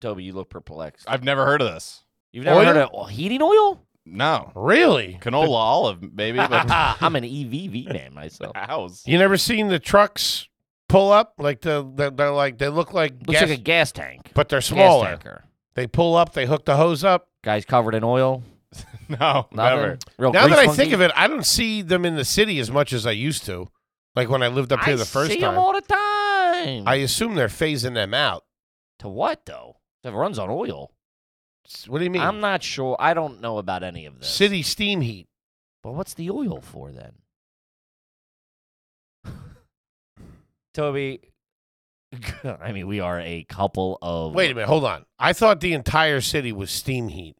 Speaker 2: Toby, you look perplexed.
Speaker 4: I've never heard of this.
Speaker 2: You've never
Speaker 1: Oil?
Speaker 2: heard of oh, heating
Speaker 1: <laughs>
Speaker 2: oil?
Speaker 4: No.
Speaker 1: Really?
Speaker 4: Canola olive,
Speaker 1: <laughs>
Speaker 4: maybe, but <laughs>
Speaker 2: I'm an EVV man myself.
Speaker 4: house.
Speaker 1: You never seen the trucks pull up like the they're, they're like they look like
Speaker 2: Looks
Speaker 1: gas,
Speaker 2: like a gas tank.
Speaker 1: but they're
Speaker 2: Gas
Speaker 1: smaller.
Speaker 2: tanker.
Speaker 1: They pull up, they hook the hose up.
Speaker 2: Guys covered in oil.
Speaker 4: No,
Speaker 2: Nothing.
Speaker 4: never.
Speaker 2: Real
Speaker 1: now that I think of it, I don't see them in the city as much as I used to. Like when I lived up here the first
Speaker 2: see
Speaker 1: time.
Speaker 2: them all the time.
Speaker 1: I assume they're phasing them out.
Speaker 2: to what though? If it runs on oil,
Speaker 1: S- What do you mean?
Speaker 2: I'm not sure. I don't know about any of this.
Speaker 1: City steam heat.
Speaker 2: But what's the oil
Speaker 1: <laughs>
Speaker 2: for then? Toby, <laughs> I mean, we are a couple of.
Speaker 1: Wait a minute, hold on. I thought the entire city was steam heat,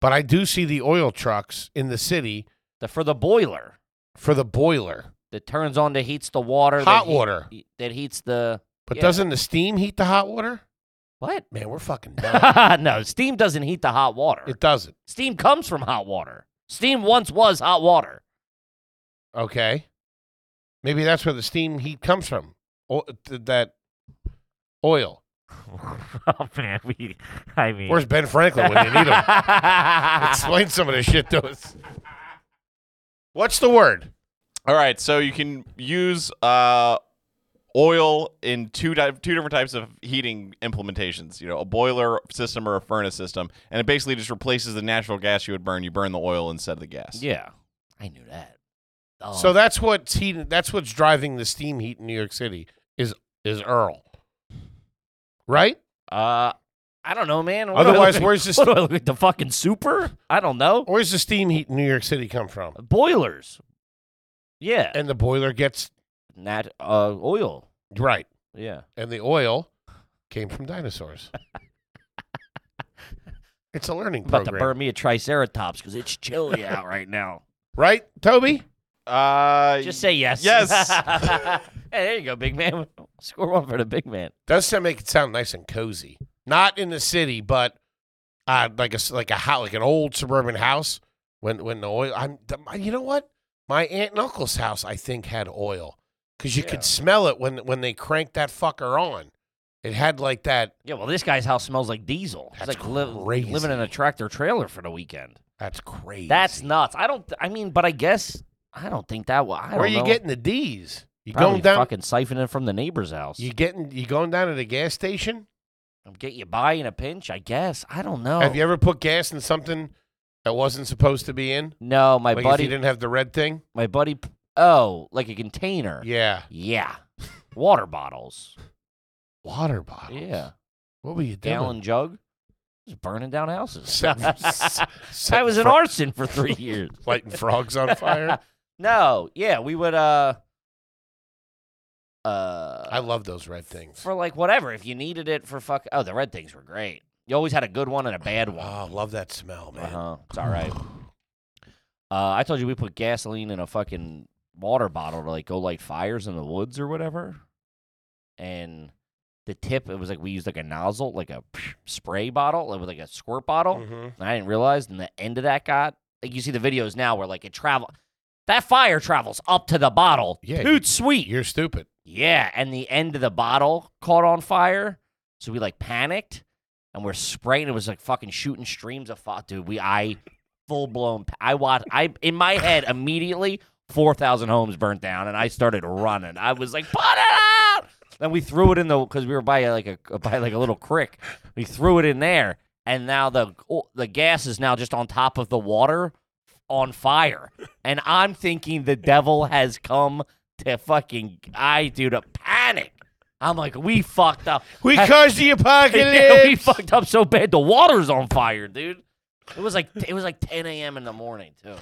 Speaker 1: but I do see the oil trucks in the city
Speaker 2: The, for the boiler
Speaker 1: for the boiler.
Speaker 2: that turns on that heats the water. that
Speaker 1: Hot
Speaker 2: heat-
Speaker 1: water.
Speaker 2: that heats the.
Speaker 1: But
Speaker 2: Yeah.
Speaker 1: doesn't the steam heat the hot water?
Speaker 2: What?
Speaker 1: Man, we're
Speaker 2: <laughs>
Speaker 1: fucking dumb.
Speaker 2: no, steam doesn't heat the hot water.
Speaker 1: it doesn't.
Speaker 2: steam comes from hot water. Steam once was hot water.
Speaker 1: Okay. Maybe that's where the steam heat comes from. O- th- that oil.
Speaker 2: <laughs> oh, man. We, I mean. <laughs>
Speaker 1: Where's Ben Franklin when you need him? Explain some of this shit to us. What's the word?
Speaker 4: All right, so you can use uh, oil in two di- two different types of heating implementations. You know, a boiler system or a furnace system, and it basically just replaces the natural gas you would burn. You burn the oil instead of the gas.
Speaker 2: yeah. I knew that. Oh,
Speaker 1: So that's what's heating. That's what's driving the steam heat in New York City. Is is Earl? Right.
Speaker 2: Uh, I don't know, man. What do <laughs> I look
Speaker 1: Otherwise,
Speaker 2: like-
Speaker 1: where's this?
Speaker 2: <laughs> what do I look like? The fucking super? I don't know.
Speaker 1: Where's the steam heat in New York City come from?
Speaker 2: Boilers. Yeah.
Speaker 1: And the boiler gets
Speaker 2: Nat uh oil.
Speaker 1: right.
Speaker 2: Yeah.
Speaker 1: And the oil came from
Speaker 2: <laughs>
Speaker 1: dinosaurs. it's a learning
Speaker 2: I'm about to
Speaker 1: program,
Speaker 2: burn me a triceratops because it's chilly out
Speaker 1: <laughs>
Speaker 2: right now.
Speaker 1: right, Toby?
Speaker 4: Uh,
Speaker 2: Just say yes.
Speaker 4: Yes.
Speaker 2: <laughs> hey, there you go, big man. <laughs> Score one for the big man.
Speaker 1: Does that make it sound nice and cozy? Not in the city, but uh, like a s- like a house, like an old suburban house. When when the oil, I'm the- my- you know what? My aunt and uncle's house, I think, had oil because you
Speaker 2: Yeah.
Speaker 1: could smell it when when they cranked that fucker on. It had like that.
Speaker 2: Yeah, well, this guy's house smells like diesel. It's
Speaker 1: That's
Speaker 2: like li-
Speaker 1: crazy.
Speaker 2: living in a tractor trailer for the weekend.
Speaker 1: That's crazy.
Speaker 2: That's nuts. I don't. I mean, but I guess I don't think that. wa- I
Speaker 1: where
Speaker 2: don't
Speaker 1: you
Speaker 2: know.
Speaker 1: getting the D's. You
Speaker 2: Probably
Speaker 1: going down?
Speaker 2: fucking siphoning from the neighbor's house.
Speaker 1: You getting? You going down to the gas station?
Speaker 2: get you by in a pinch, I guess. I don't know.
Speaker 1: Have you ever put gas in something that wasn't supposed to be in?
Speaker 2: No, my
Speaker 1: like if
Speaker 2: buddy.
Speaker 1: you didn't have the red thing.
Speaker 2: My buddy. p- Oh, like a container.
Speaker 1: Yeah,
Speaker 2: Yeah.
Speaker 1: <laughs>
Speaker 2: Water bottles.
Speaker 1: water bottle.
Speaker 2: Yeah.
Speaker 1: What were you doing?
Speaker 2: Gallon jug. Just burning down houses. <laughs>
Speaker 1: Seven-
Speaker 2: I was an
Speaker 1: fro-
Speaker 2: arson
Speaker 1: <laughs>
Speaker 2: for three years.
Speaker 1: <laughs> lighting frogs on
Speaker 2: <laughs>
Speaker 1: fire.
Speaker 2: no. Yeah, we would. uh Uh.
Speaker 1: I love those red things.
Speaker 2: for like whatever, if you needed it for fuck. Oh, the red things were great. You always had a good one and a bad one.
Speaker 1: Oh, love that smell, man.
Speaker 2: Uh huh. It's
Speaker 1: <sighs>
Speaker 2: all right. Uh, I told you we put gasoline in a fucking water bottle to like go light fires in the woods or whatever, and the tip. It was like we used like a nozzle, like a spray bottle, like with like a squirt bottle.
Speaker 1: hmm
Speaker 2: And I didn't realize, and the end of that got like you see the videos now where like it travel. That fire travels up to the bottle.
Speaker 1: Yeah,
Speaker 2: Dude, sweet.
Speaker 1: You're stupid.
Speaker 2: Yeah, and the end of the bottle caught on fire. So we like panicked and we're spraying. It was like fucking shooting streams of fire, dude. We I full blown. pa- I watched. I in my head immediately four thousand homes burnt down, and I started running. I was like, put it out. Then we threw it in the because we were by like a by like a little creek. We threw it in there, and now the the gas is now just on top of the water on fire. And I'm thinking the devil has come to fucking I dude a panic. I'm like, we fucked up.
Speaker 1: We caused the
Speaker 2: <laughs>
Speaker 4: <laughs>
Speaker 2: Yeah, we
Speaker 1: apocalypse.
Speaker 2: fucked up so bad the water's on fire, dude. It was like it was like 10 a.m. in the morning too.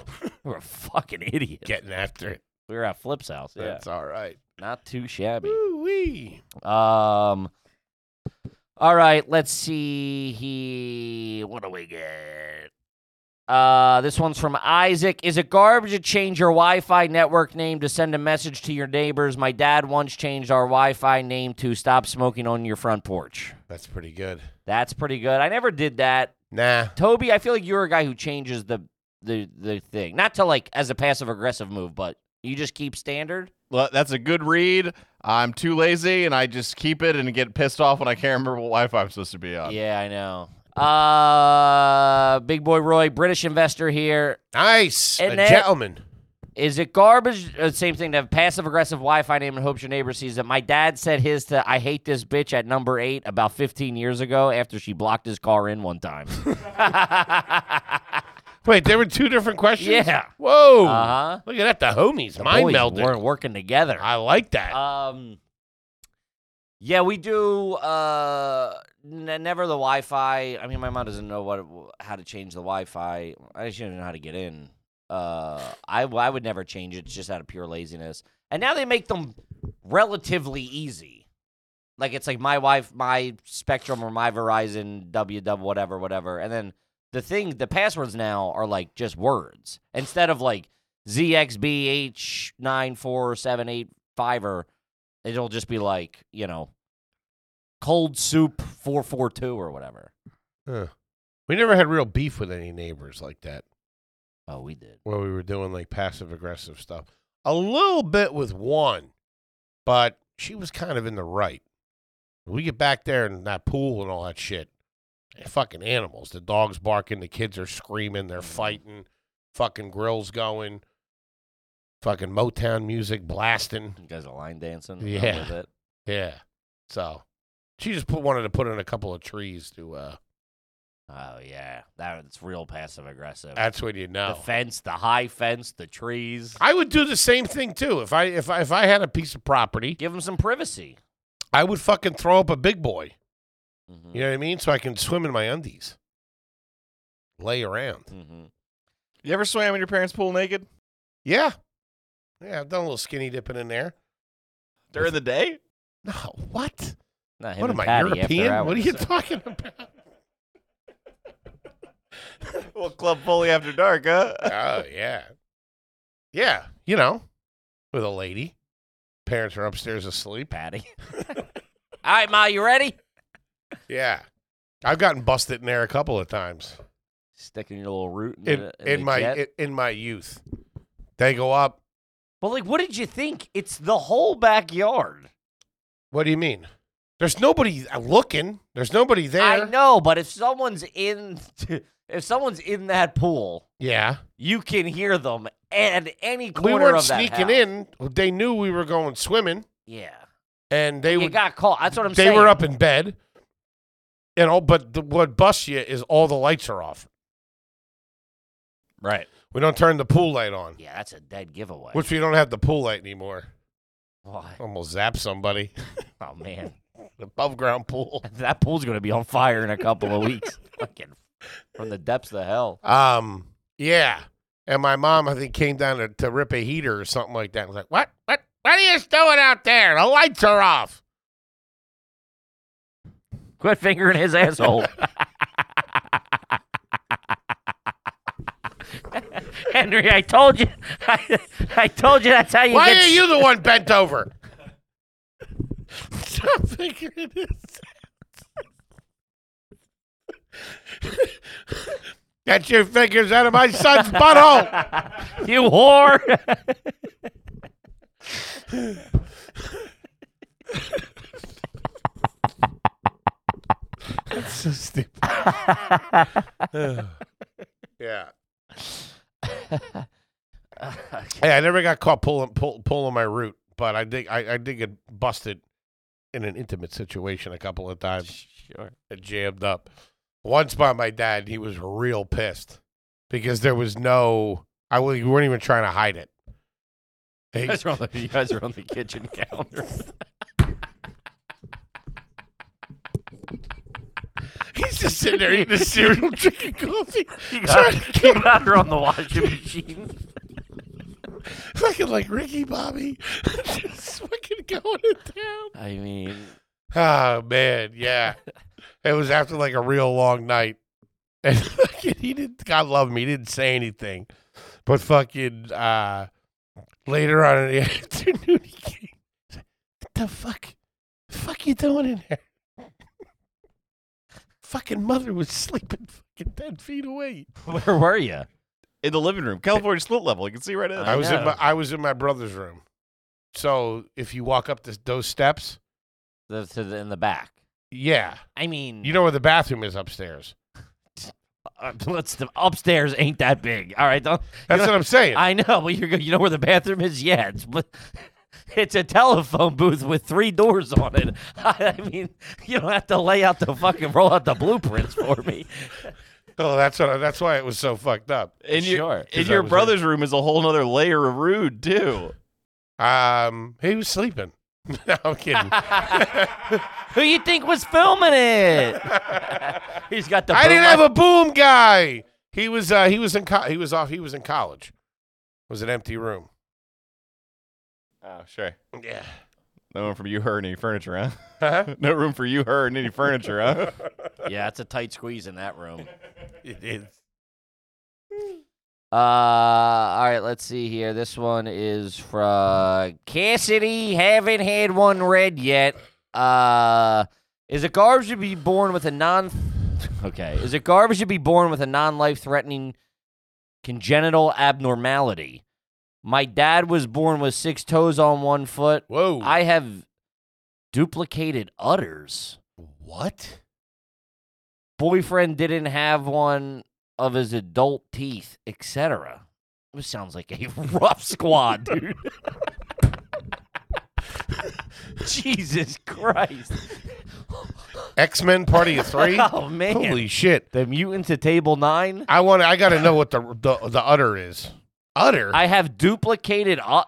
Speaker 2: We were fucking idiots.
Speaker 1: Getting after it.
Speaker 2: We were at Flip's house. Yeah,
Speaker 1: That's all right.
Speaker 2: not too shabby.
Speaker 1: Woo-wee.
Speaker 2: Um. All right, let's see. He. What do we get? Uh, this one's from Isaac. Is it garbage to change your Wi-Fi network name to send a message to your neighbors? My dad once changed our Wi-Fi name to "Stop smoking on your front porch."
Speaker 1: That's pretty good.
Speaker 2: That's pretty good. I never did that.
Speaker 1: Nah.
Speaker 2: Toby, I feel like you're a guy who changes the the the thing, not to like as a passive aggressive move, but you just keep standard.
Speaker 4: Well, that's a good read. I'm too lazy, and I just keep it and get pissed off when I can't remember what Wi-Fi I'm supposed to be on.
Speaker 2: Yeah, I know. Uh, big boy Roy, British investor here.
Speaker 1: Nice.
Speaker 2: And
Speaker 1: a
Speaker 2: that-
Speaker 1: gentleman.
Speaker 2: Is it garbage? Uh, same thing to have passive aggressive Wi Fi name and hopes your neighbor sees it. My dad said his to I hate this bitch at number eight about 15 years ago after she blocked his car in one
Speaker 1: <laughs>
Speaker 2: time.
Speaker 1: Wait, there were two different questions?
Speaker 2: Yeah.
Speaker 1: Whoa.
Speaker 2: Uh-huh.
Speaker 1: Look at that. The homies.
Speaker 2: The
Speaker 1: Mind
Speaker 2: boys
Speaker 1: melding.
Speaker 2: weren't working together.
Speaker 1: I like that.
Speaker 2: Um, yeah, we do. Uh, n- never the Wi-Fi. I mean, my mom doesn't know what it- how to change the Wi-Fi. I just don't know how to get in. Uh, I I would never change it just out of pure laziness. And now they make them relatively easy. Like it's like my wife, my Spectrum or my Verizon, WW, whatever, whatever. And then the thing, the passwords now are like just words instead of like ZXBH94785 or it'll just be like, you know, cold soup 442 or whatever.
Speaker 1: Huh. We never had real beef with any neighbors like that
Speaker 2: Oh, we did.
Speaker 1: where we were doing like passive aggressive stuff. A little bit with one, but she was kind of in the right. We get back there in that pool and all that shit. eh, fucking animals. The dog's barking, the kids are screaming, they're fighting, fucking grills going, fucking Motown music blasting.
Speaker 2: You guys are line dancing. I'm
Speaker 1: Yeah.
Speaker 2: with it.
Speaker 1: Yeah. So she just put wanted to put in a couple of trees to uh
Speaker 2: Oh, yeah. That's real passive aggressive.
Speaker 1: that's when you know.
Speaker 2: The fence, the high fence, the trees.
Speaker 1: I would do the same thing too. If I if I if I had a piece of property,
Speaker 2: Give them some privacy.
Speaker 1: I would fucking throw up a big boy.
Speaker 2: Mhm.
Speaker 1: You know what I mean? So I can swim in my undies. Lay around.
Speaker 2: Mhm.
Speaker 4: You ever swam in your parents' pool naked
Speaker 1: Yeah. Yeah, I've done a little skinny dipping in there.
Speaker 4: during the day?
Speaker 1: No, what?
Speaker 2: Not him
Speaker 1: What am
Speaker 2: and
Speaker 1: I,
Speaker 2: Patty after
Speaker 1: European? What are
Speaker 2: hours.
Speaker 1: you
Speaker 2: <laughs>
Speaker 1: talking about?
Speaker 4: <laughs> Well, club fully after dark, huh?
Speaker 1: oh yeah, yeah. You know, with a lady. Parents are upstairs asleep.
Speaker 2: <laughs> Patty. All right, Ma, you ready?
Speaker 1: Yeah, I've gotten busted in there a couple of times
Speaker 2: Sticking your little root in,
Speaker 1: in
Speaker 2: the,
Speaker 1: in,
Speaker 2: the
Speaker 1: my
Speaker 2: jet.
Speaker 1: in, in my youth. They go up.
Speaker 2: But like, what did you think? It's the whole backyard.
Speaker 1: What do you mean? There's nobody looking. There's nobody there.
Speaker 2: I know, but if someone's in, if someone's in that pool,
Speaker 1: Yeah,
Speaker 2: you can hear them at any
Speaker 1: we
Speaker 2: corner
Speaker 1: weren't
Speaker 2: of that
Speaker 1: sneaking
Speaker 2: house.
Speaker 1: in. They knew we were going swimming,
Speaker 2: Yeah,
Speaker 1: and they
Speaker 2: you
Speaker 1: would.
Speaker 2: got caught. That's what I'm
Speaker 1: they
Speaker 2: saying.
Speaker 1: were up in bed, and all. But the, what busts you is all the lights are off.
Speaker 4: Right.
Speaker 1: We don't turn the pool light on.
Speaker 2: Yeah, that's a dead giveaway. <laughs>
Speaker 1: Which we don't have the pool light anymore.
Speaker 2: Why?
Speaker 1: Almost zap somebody. <laughs>
Speaker 2: Oh man,
Speaker 1: The above ground pool.
Speaker 2: that pool's gonna be on fire in a couple of <laughs> weeks. Fucking from the depths of hell.
Speaker 1: Um, yeah. And my mom, I think, came down to, to rip a heater or something like that. I was like, what? What? What are you doing out there? The lights are off.
Speaker 2: Quit fingering his <laughs> asshole. Henry, I told you. <laughs> I, I told you that's how you
Speaker 1: Why
Speaker 2: get
Speaker 1: are you the one bent over? Stop finger in his Get your fingers out of my son's butthole.
Speaker 2: you whore. <laughs>
Speaker 1: That's so stupid. yeah. Hey, I never got caught pulling pull, pulling my root, but I did I, I did get busted in an intimate situation a couple of times.
Speaker 2: sure.
Speaker 1: It jammed up. Once by my dad, he was real pissed because there was no I wa- we weren't even trying to hide it. He-
Speaker 2: <laughs> You guys, are on the, you guys are on the <laughs> kitchen counter.
Speaker 1: he's just sitting there eating a cereal, drinking coffee, <laughs> trying to
Speaker 2: you
Speaker 1: keep
Speaker 2: guys are on the washing machine.
Speaker 1: fucking like Ricky Bobby, <laughs> just fucking going to town.
Speaker 2: I mean,
Speaker 1: Oh man, <laughs> yeah. it was after like a real long night. <laughs> And fucking he didn't God love me, he didn't say anything. But fucking uh later on in the <laughs> afternoon he came. What the fuck? fuck you doing in there? <laughs> fucking mother was sleeping fucking ten feet away.
Speaker 2: where were you?
Speaker 4: in the living room, California split level. You can see right in.
Speaker 1: I was in
Speaker 2: know.
Speaker 1: my I was in my brother's room. So if you walk up this, those steps,
Speaker 2: The, to the, in the back.
Speaker 1: yeah.
Speaker 2: I mean,
Speaker 1: You know where the bathroom is upstairs.
Speaker 2: uh, let's upstairs ain't that big. All right, don't.
Speaker 1: That's what I'm saying.
Speaker 2: I know, but you're go- you know where the bathroom is yet, but it's a telephone booth with three doors on it. <laughs> I, mean, you don't have to lay out the fucking roll out the blueprints for me.
Speaker 1: Oh, that's what. I, that's why it was so fucked up.
Speaker 4: in your,
Speaker 2: Sure.
Speaker 4: in
Speaker 1: Because I
Speaker 4: your
Speaker 1: was
Speaker 4: brother's room is a whole other layer of rude too.
Speaker 1: Um, he was sleeping. <laughs> no, I'm
Speaker 2: <laughs>
Speaker 1: kidding.
Speaker 2: Who you think was filming it? <laughs> He's got the.
Speaker 1: I didn't
Speaker 2: burlap-
Speaker 1: have a boom guy. He was. Uh, he was in. Co- he was off. He was in college. It was an empty room.
Speaker 4: Oh, sure.
Speaker 1: Yeah.
Speaker 4: No room for you, her, and any furniture, huh?
Speaker 1: Huh?
Speaker 4: <laughs> no room for you, her, and any furniture, huh?
Speaker 2: Yeah, it's a tight squeeze in that room.
Speaker 1: It is.
Speaker 2: Uh, all right, let's see here. This one is from Cassidy. Haven't had one read yet. Uh, is it garbage to be born with a non? <laughs> Okay, is it garbage to be born with a non-life-threatening congenital abnormality? My dad was born with six toes on one foot.
Speaker 1: Whoa.
Speaker 2: I have duplicated udders.
Speaker 1: what?
Speaker 2: Boyfriend didn't have one of his adult teeth, etc. This sounds like a <laughs> rough squad, dude. <laughs> Jesus Christ.
Speaker 1: X Men Party
Speaker 2: <laughs>
Speaker 1: of Three.
Speaker 2: Oh, man.
Speaker 1: Holy shit!
Speaker 2: The mutant to table nine.
Speaker 1: I want. to I got to know what the the the udder is. Udder.
Speaker 2: I have duplicated u-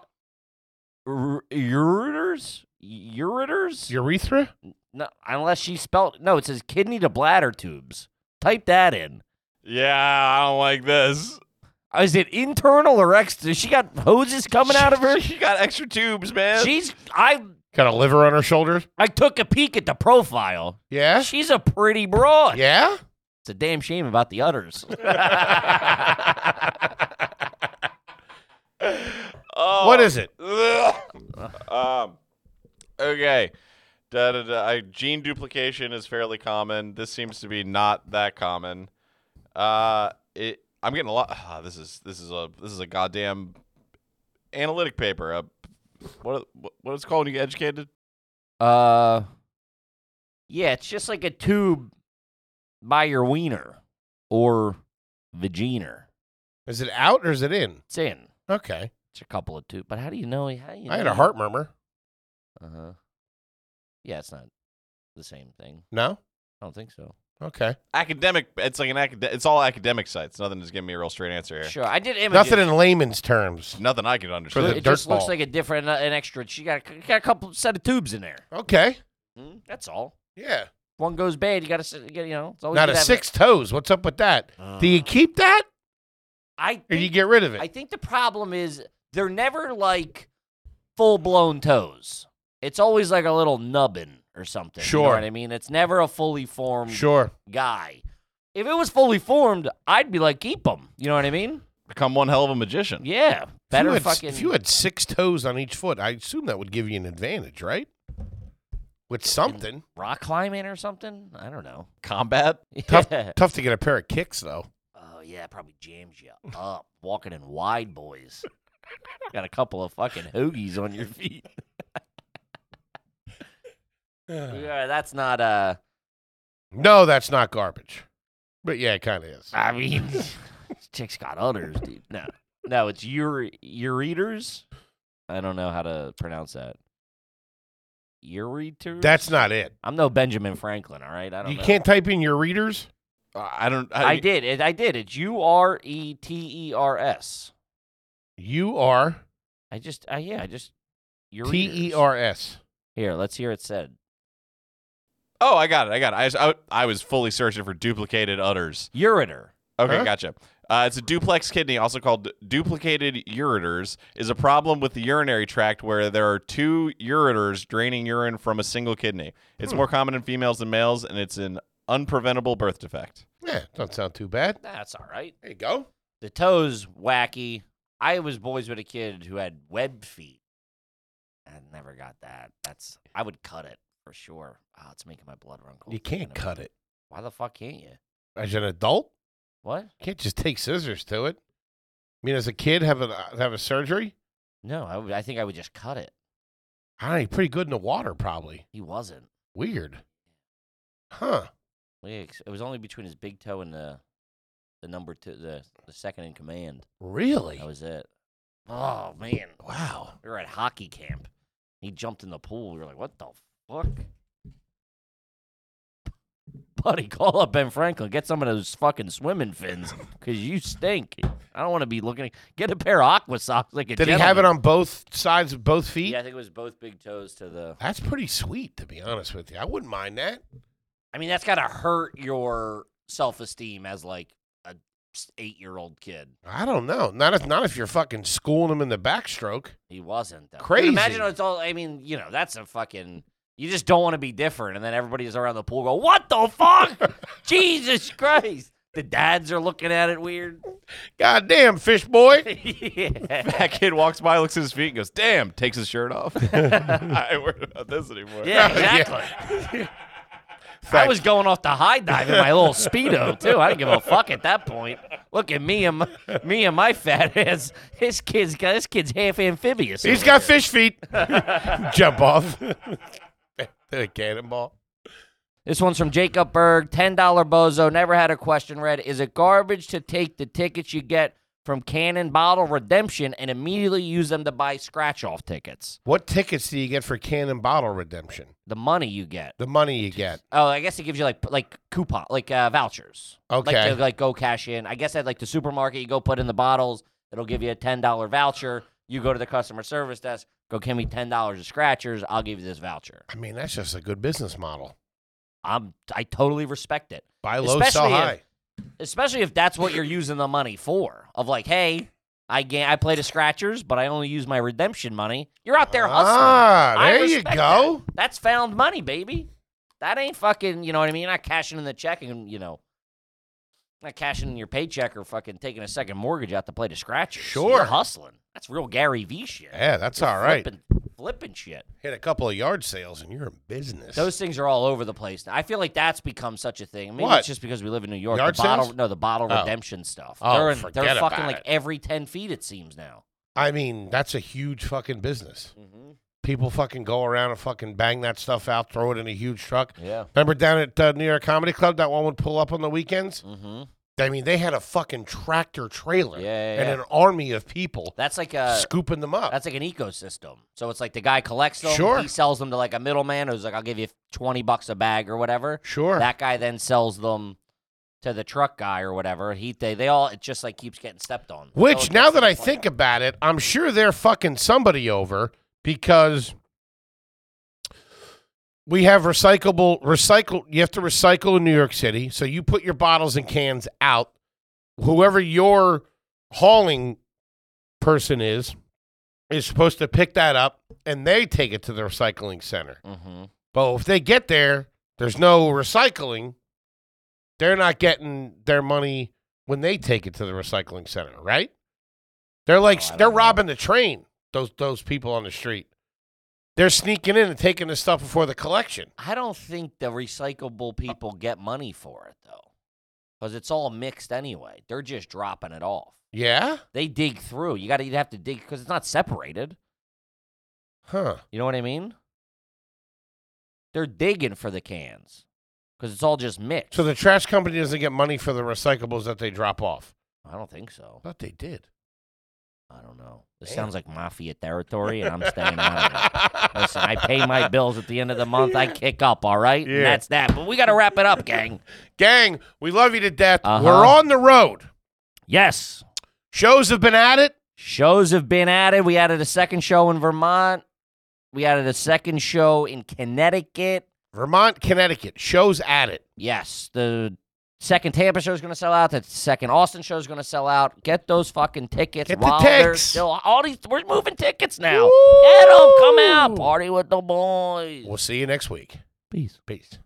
Speaker 2: r- ureters? Ureters?
Speaker 1: Urethra.
Speaker 2: no, unless she spelled. No, it says kidney to bladder tubes. Type that in.
Speaker 4: <laughs> yeah, I don't like this.
Speaker 2: Is it internal or external? She got hoses coming out of
Speaker 1: <laughs>
Speaker 2: her?
Speaker 4: She got extra tubes, man.
Speaker 2: She's I
Speaker 1: Got a liver on her shoulders.
Speaker 2: I took a peek at the profile.
Speaker 1: Yeah.
Speaker 2: She's a pretty broad.
Speaker 1: Yeah.
Speaker 2: It's a damn shame about the udders.
Speaker 4: Oh.
Speaker 1: What is it?
Speaker 4: Ugh. um, okay. Da, da, da. I, gene duplication is fairly common. This seems to be not that common. Uh, it, I'm getting a lot. ah, this is this is a this is a goddamn analytic paper. A, what what is it called? when You get educated?
Speaker 2: uh Yeah, it's just like a tube by your wiener or vagina.
Speaker 1: Is it out or is it in?
Speaker 2: It's in.
Speaker 1: Okay.
Speaker 2: It's a couple of tubes. But how do you know how do you
Speaker 1: I had
Speaker 2: know?
Speaker 1: a heart murmur.
Speaker 2: Uh-huh. Yeah, it's not the same thing.
Speaker 1: No.
Speaker 2: I don't think so.
Speaker 1: Okay.
Speaker 4: Academic. It's like an acad. It's all academic sites. Nothing is giving me a real straight answer here.
Speaker 2: Sure. I did images.
Speaker 1: Nothing in layman's terms.
Speaker 4: Nothing I can understand.
Speaker 1: For the
Speaker 2: it
Speaker 1: dirt
Speaker 2: just looks
Speaker 1: ball.
Speaker 2: like a different, uh, an extra. She got a, got a couple set of tubes in there.
Speaker 1: Okay. Hmm?
Speaker 2: Mm, that's all.
Speaker 1: Yeah.
Speaker 2: One goes bad, you got to get you know. It's always
Speaker 1: Not
Speaker 2: good
Speaker 1: a
Speaker 2: to have
Speaker 1: six toes. What's up with that? Do you keep that
Speaker 2: I
Speaker 1: or do you
Speaker 2: think,
Speaker 1: get rid of
Speaker 2: I
Speaker 1: it?
Speaker 2: think the problem is they're never like full blown toes. It's always like a little nubbin or something. you know
Speaker 1: Sure.
Speaker 2: what I mean, it's never a fully formed
Speaker 1: Sure.
Speaker 2: guy. If it was fully formed, I'd be like keep them. You know what I mean?
Speaker 4: Become one hell of a magician.
Speaker 2: Yeah,
Speaker 1: If you
Speaker 2: better
Speaker 1: had s-
Speaker 2: fucking.
Speaker 1: If you had six toes on each foot, I assume that would give you an advantage, right? with something.
Speaker 2: Rock climbing or something? I don't know. <laughs>
Speaker 4: Combat.
Speaker 1: Tough-
Speaker 2: Yeah.
Speaker 1: Tough to get a pair of kicks though.
Speaker 2: Oh yeah, probably jams you up. Walking in wide boys. Got a couple of fucking hoagies on
Speaker 1: <laughs>
Speaker 2: your feet. yeah, that's not uh
Speaker 1: No, that's not garbage. But yeah, it kind of is.
Speaker 2: I mean <laughs> chick's got udders, dude. No. No, it's your ureters. I don't know how to pronounce that. Ureters?
Speaker 1: That's not it.
Speaker 2: I'm no Benjamin Franklin, all right? I don't
Speaker 1: You
Speaker 2: know.
Speaker 1: can't type in your readers.
Speaker 4: Uh, I don't. I,
Speaker 2: I did. It, I did. It's U R E T E R S.
Speaker 1: U R
Speaker 2: I just I yeah, I just
Speaker 1: T
Speaker 2: ureters.
Speaker 1: E R S.
Speaker 2: Here, let's hear it said.
Speaker 4: Oh, I got it. I got it. I, was- I, I was fully searching for duplicated udders.
Speaker 2: Ureter.
Speaker 4: Okay,
Speaker 1: Huh?
Speaker 4: gotcha. Uh, it's a duplex kidney, also called duplicated ureters, is a problem with the urinary tract where there are two ureters draining urine from a single kidney. It's more common in females than males, and it's an unpreventable birth defect.
Speaker 1: Yeah, doesn't sound too bad.
Speaker 2: That's all right.
Speaker 1: There you go.
Speaker 2: The toes wacky. I was boys with a kid who had web feet. I never got that. That's I would cut it for sure. Oh, it's making my blood run cold.
Speaker 1: You
Speaker 2: thinking
Speaker 1: can't
Speaker 2: of
Speaker 1: cut it
Speaker 2: Why the fuck can't you?
Speaker 1: as an adult.
Speaker 2: What?
Speaker 1: You can't just take scissors to it. I mean, as a kid, have a uh, have a surgery.
Speaker 2: No, I, would- I think I would just cut it.
Speaker 1: I don't know, you're pretty good in the water, probably.
Speaker 2: He wasn't.
Speaker 1: Weird, huh?
Speaker 2: Like, ex- It was only between his big toe and the the number two, the the second in command.
Speaker 1: Really?
Speaker 2: That was it. Oh man,
Speaker 1: Wow.
Speaker 2: we were at hockey camp. He jumped in the pool. We were like, what the fuck? Buddy, call up Ben Franklin. Get some of those fucking
Speaker 1: <laughs>
Speaker 2: swimming fins because you stink. I don't want to be looking. Get a pair of aqua socks like a
Speaker 1: Did he have it on both sides of both feet?
Speaker 2: Yeah, I think it was both big toes to the.
Speaker 1: That's pretty sweet, to be honest with you. I wouldn't mind that.
Speaker 2: I mean, that's got to hurt your self esteem as like a eight year old kid.
Speaker 1: I don't know. Not if not if you're fucking schooling him in the backstroke.
Speaker 2: He wasn't though. Dude,
Speaker 1: Crazy.
Speaker 2: Imagine it's all. I mean, you know, that's a fucking. You just don't want to be different, and then everybody's around the pool go, "What the
Speaker 1: <laughs>
Speaker 2: fuck? Jesus Christ!" The dads are looking at it weird. <laughs>
Speaker 1: Goddamn, fish boy.
Speaker 2: yeah.
Speaker 4: That kid walks by, looks at his feet, and goes, "Damn!" Takes his shirt off. <laughs> I ain't worried about this
Speaker 2: <laughs>
Speaker 4: anymore.
Speaker 2: Yeah, exactly.
Speaker 1: <laughs>
Speaker 2: I was going off the high dive in my
Speaker 1: <laughs>
Speaker 2: little speedo too. I didn't give a fuck at that point. Look at me and my, me and my fat ass. This kid's got this kid's half amphibious.
Speaker 1: He's
Speaker 2: over
Speaker 1: got
Speaker 2: here.
Speaker 1: fish
Speaker 2: <laughs>
Speaker 1: feet. <laughs> Jump off. <laughs> a cannonball.
Speaker 2: This one's from Jacob Berg, ten dollar bozo. Never had a question read. Is it garbage to take the tickets you get from Cannon Bottle Redemption and immediately use them to buy scratch off tickets?
Speaker 1: What tickets do you get for cannon bottle redemption?
Speaker 2: The money you get.
Speaker 1: The money you get.
Speaker 2: Oh, I guess it gives you like like coupon, like uh, vouchers.
Speaker 1: Okay.
Speaker 2: Like to like go cash in. I guess at like the supermarket, you go put in the bottles. It'll give you a ten dollar voucher. You go to the customer service desk. Go, give me ten dollars of scratchers. I'll give you this voucher.
Speaker 1: I mean, that's just a good business model.
Speaker 2: I'm I totally respect it.
Speaker 1: Buy low, sell
Speaker 2: Especially if-
Speaker 1: high.
Speaker 2: especially if that's what you're using the money for. Of like, hey, I ga- I played a scratchers, but I only use my redemption money. You're out there hustling.
Speaker 1: Ah,
Speaker 2: I
Speaker 1: there you
Speaker 2: respect
Speaker 1: go.
Speaker 2: that. That's found money, baby. That ain't fucking. You know what I mean? You're not cashing in the check, and you know, not cashing in your paycheck or fucking taking a second mortgage out to play the scratchers.
Speaker 1: Sure.
Speaker 2: you're hustling. That's real Gary V shit.
Speaker 1: Yeah, that's all right.
Speaker 2: Flipping, flipping shit.
Speaker 1: Hit a couple of yard sales and you're in business.
Speaker 2: Those things are all over the place now. I feel like that's become such a thing. Maybe
Speaker 1: What?
Speaker 2: it's just because we live in New York.
Speaker 1: Yard
Speaker 2: the bottle,
Speaker 1: sales?
Speaker 2: no, the bottle
Speaker 1: Oh.
Speaker 2: redemption stuff.
Speaker 1: Oh,
Speaker 2: they're in-
Speaker 1: forget
Speaker 2: they're fucking
Speaker 1: about
Speaker 2: like
Speaker 1: it.
Speaker 2: every ten feet. It seems now.
Speaker 1: I mean, that's a huge fucking business.
Speaker 2: Mm-hmm.
Speaker 1: People fucking go around and fucking bang that stuff out, throw it in a huge truck.
Speaker 2: Yeah.
Speaker 1: Remember down at uh, New York Comedy Club, that one would pull up on the weekends?
Speaker 2: Mm-hmm.
Speaker 1: I mean, they had a fucking tractor trailer
Speaker 2: Yeah. yeah,
Speaker 1: and
Speaker 2: yeah.
Speaker 1: an army of people
Speaker 2: that's like a
Speaker 1: scooping them up.
Speaker 2: that's like an ecosystem. So it's like the guy collects them.
Speaker 1: Sure.
Speaker 2: He sells them to like a middleman who's like, I'll give you twenty bucks a bag or whatever.
Speaker 1: Sure.
Speaker 2: That guy then sells them to the truck guy or whatever. He they, they all it just like keeps getting stepped on. So it
Speaker 1: Which,
Speaker 2: gets
Speaker 1: now
Speaker 2: to
Speaker 1: that
Speaker 2: the
Speaker 1: I
Speaker 2: point-
Speaker 1: think about it, I'm sure they're fucking somebody over because we have recyclable, recycle. You have to recycle in New York City. So you put your bottles and cans out. Whoever your hauling person is, is supposed to pick that up and they take it to the recycling center.
Speaker 2: Mhm.
Speaker 1: But if they get there, there's no recycling. They're not getting their money when they take it to the recycling center, right? They're like
Speaker 2: Oh, I
Speaker 1: they're
Speaker 2: don't know.
Speaker 1: robbing the train. Those those people on the street. They're sneaking in and taking the stuff before the collection.
Speaker 2: I don't think the
Speaker 1: Uh
Speaker 2: recyclable people get money for it though, because it's all mixed anyway. They're just dropping it off.
Speaker 1: Yeah?
Speaker 2: They dig through. You got to you'd have to dig because it's not separated.
Speaker 1: Huh.
Speaker 2: You know what I mean? They're digging for the cans because it's all just mixed.
Speaker 1: So the trash company doesn't get money for the recyclables that they drop off.
Speaker 2: I don't think so.
Speaker 1: I thought they did.
Speaker 2: I don't know. This
Speaker 1: Damn.
Speaker 2: sounds like mafia territory, and I'm staying out of
Speaker 1: <laughs>
Speaker 2: it. Listen, I pay my bills at the end of the month. I kick up, all right? And
Speaker 1: Yeah.
Speaker 2: that's that. But we got to wrap it up, gang.
Speaker 1: Gang, we love you to death.
Speaker 2: Uh-huh.
Speaker 1: We're on the road.
Speaker 2: Yes.
Speaker 1: Shows have been at it.
Speaker 2: Shows have been added. We added a second show in Vermont. We added a second show in Connecticut.
Speaker 1: Vermont, Connecticut. Shows at it.
Speaker 2: Yes, the second Tampa show is going to sell out. The second Austin show is going to sell out. Get those fucking tickets
Speaker 1: Get the
Speaker 2: while they're
Speaker 1: ticks.
Speaker 2: still. All these we're moving tickets now. Get 'em, Get them. Come out. Party with the boys.
Speaker 1: We'll see you next week.
Speaker 2: Peace.
Speaker 1: Peace.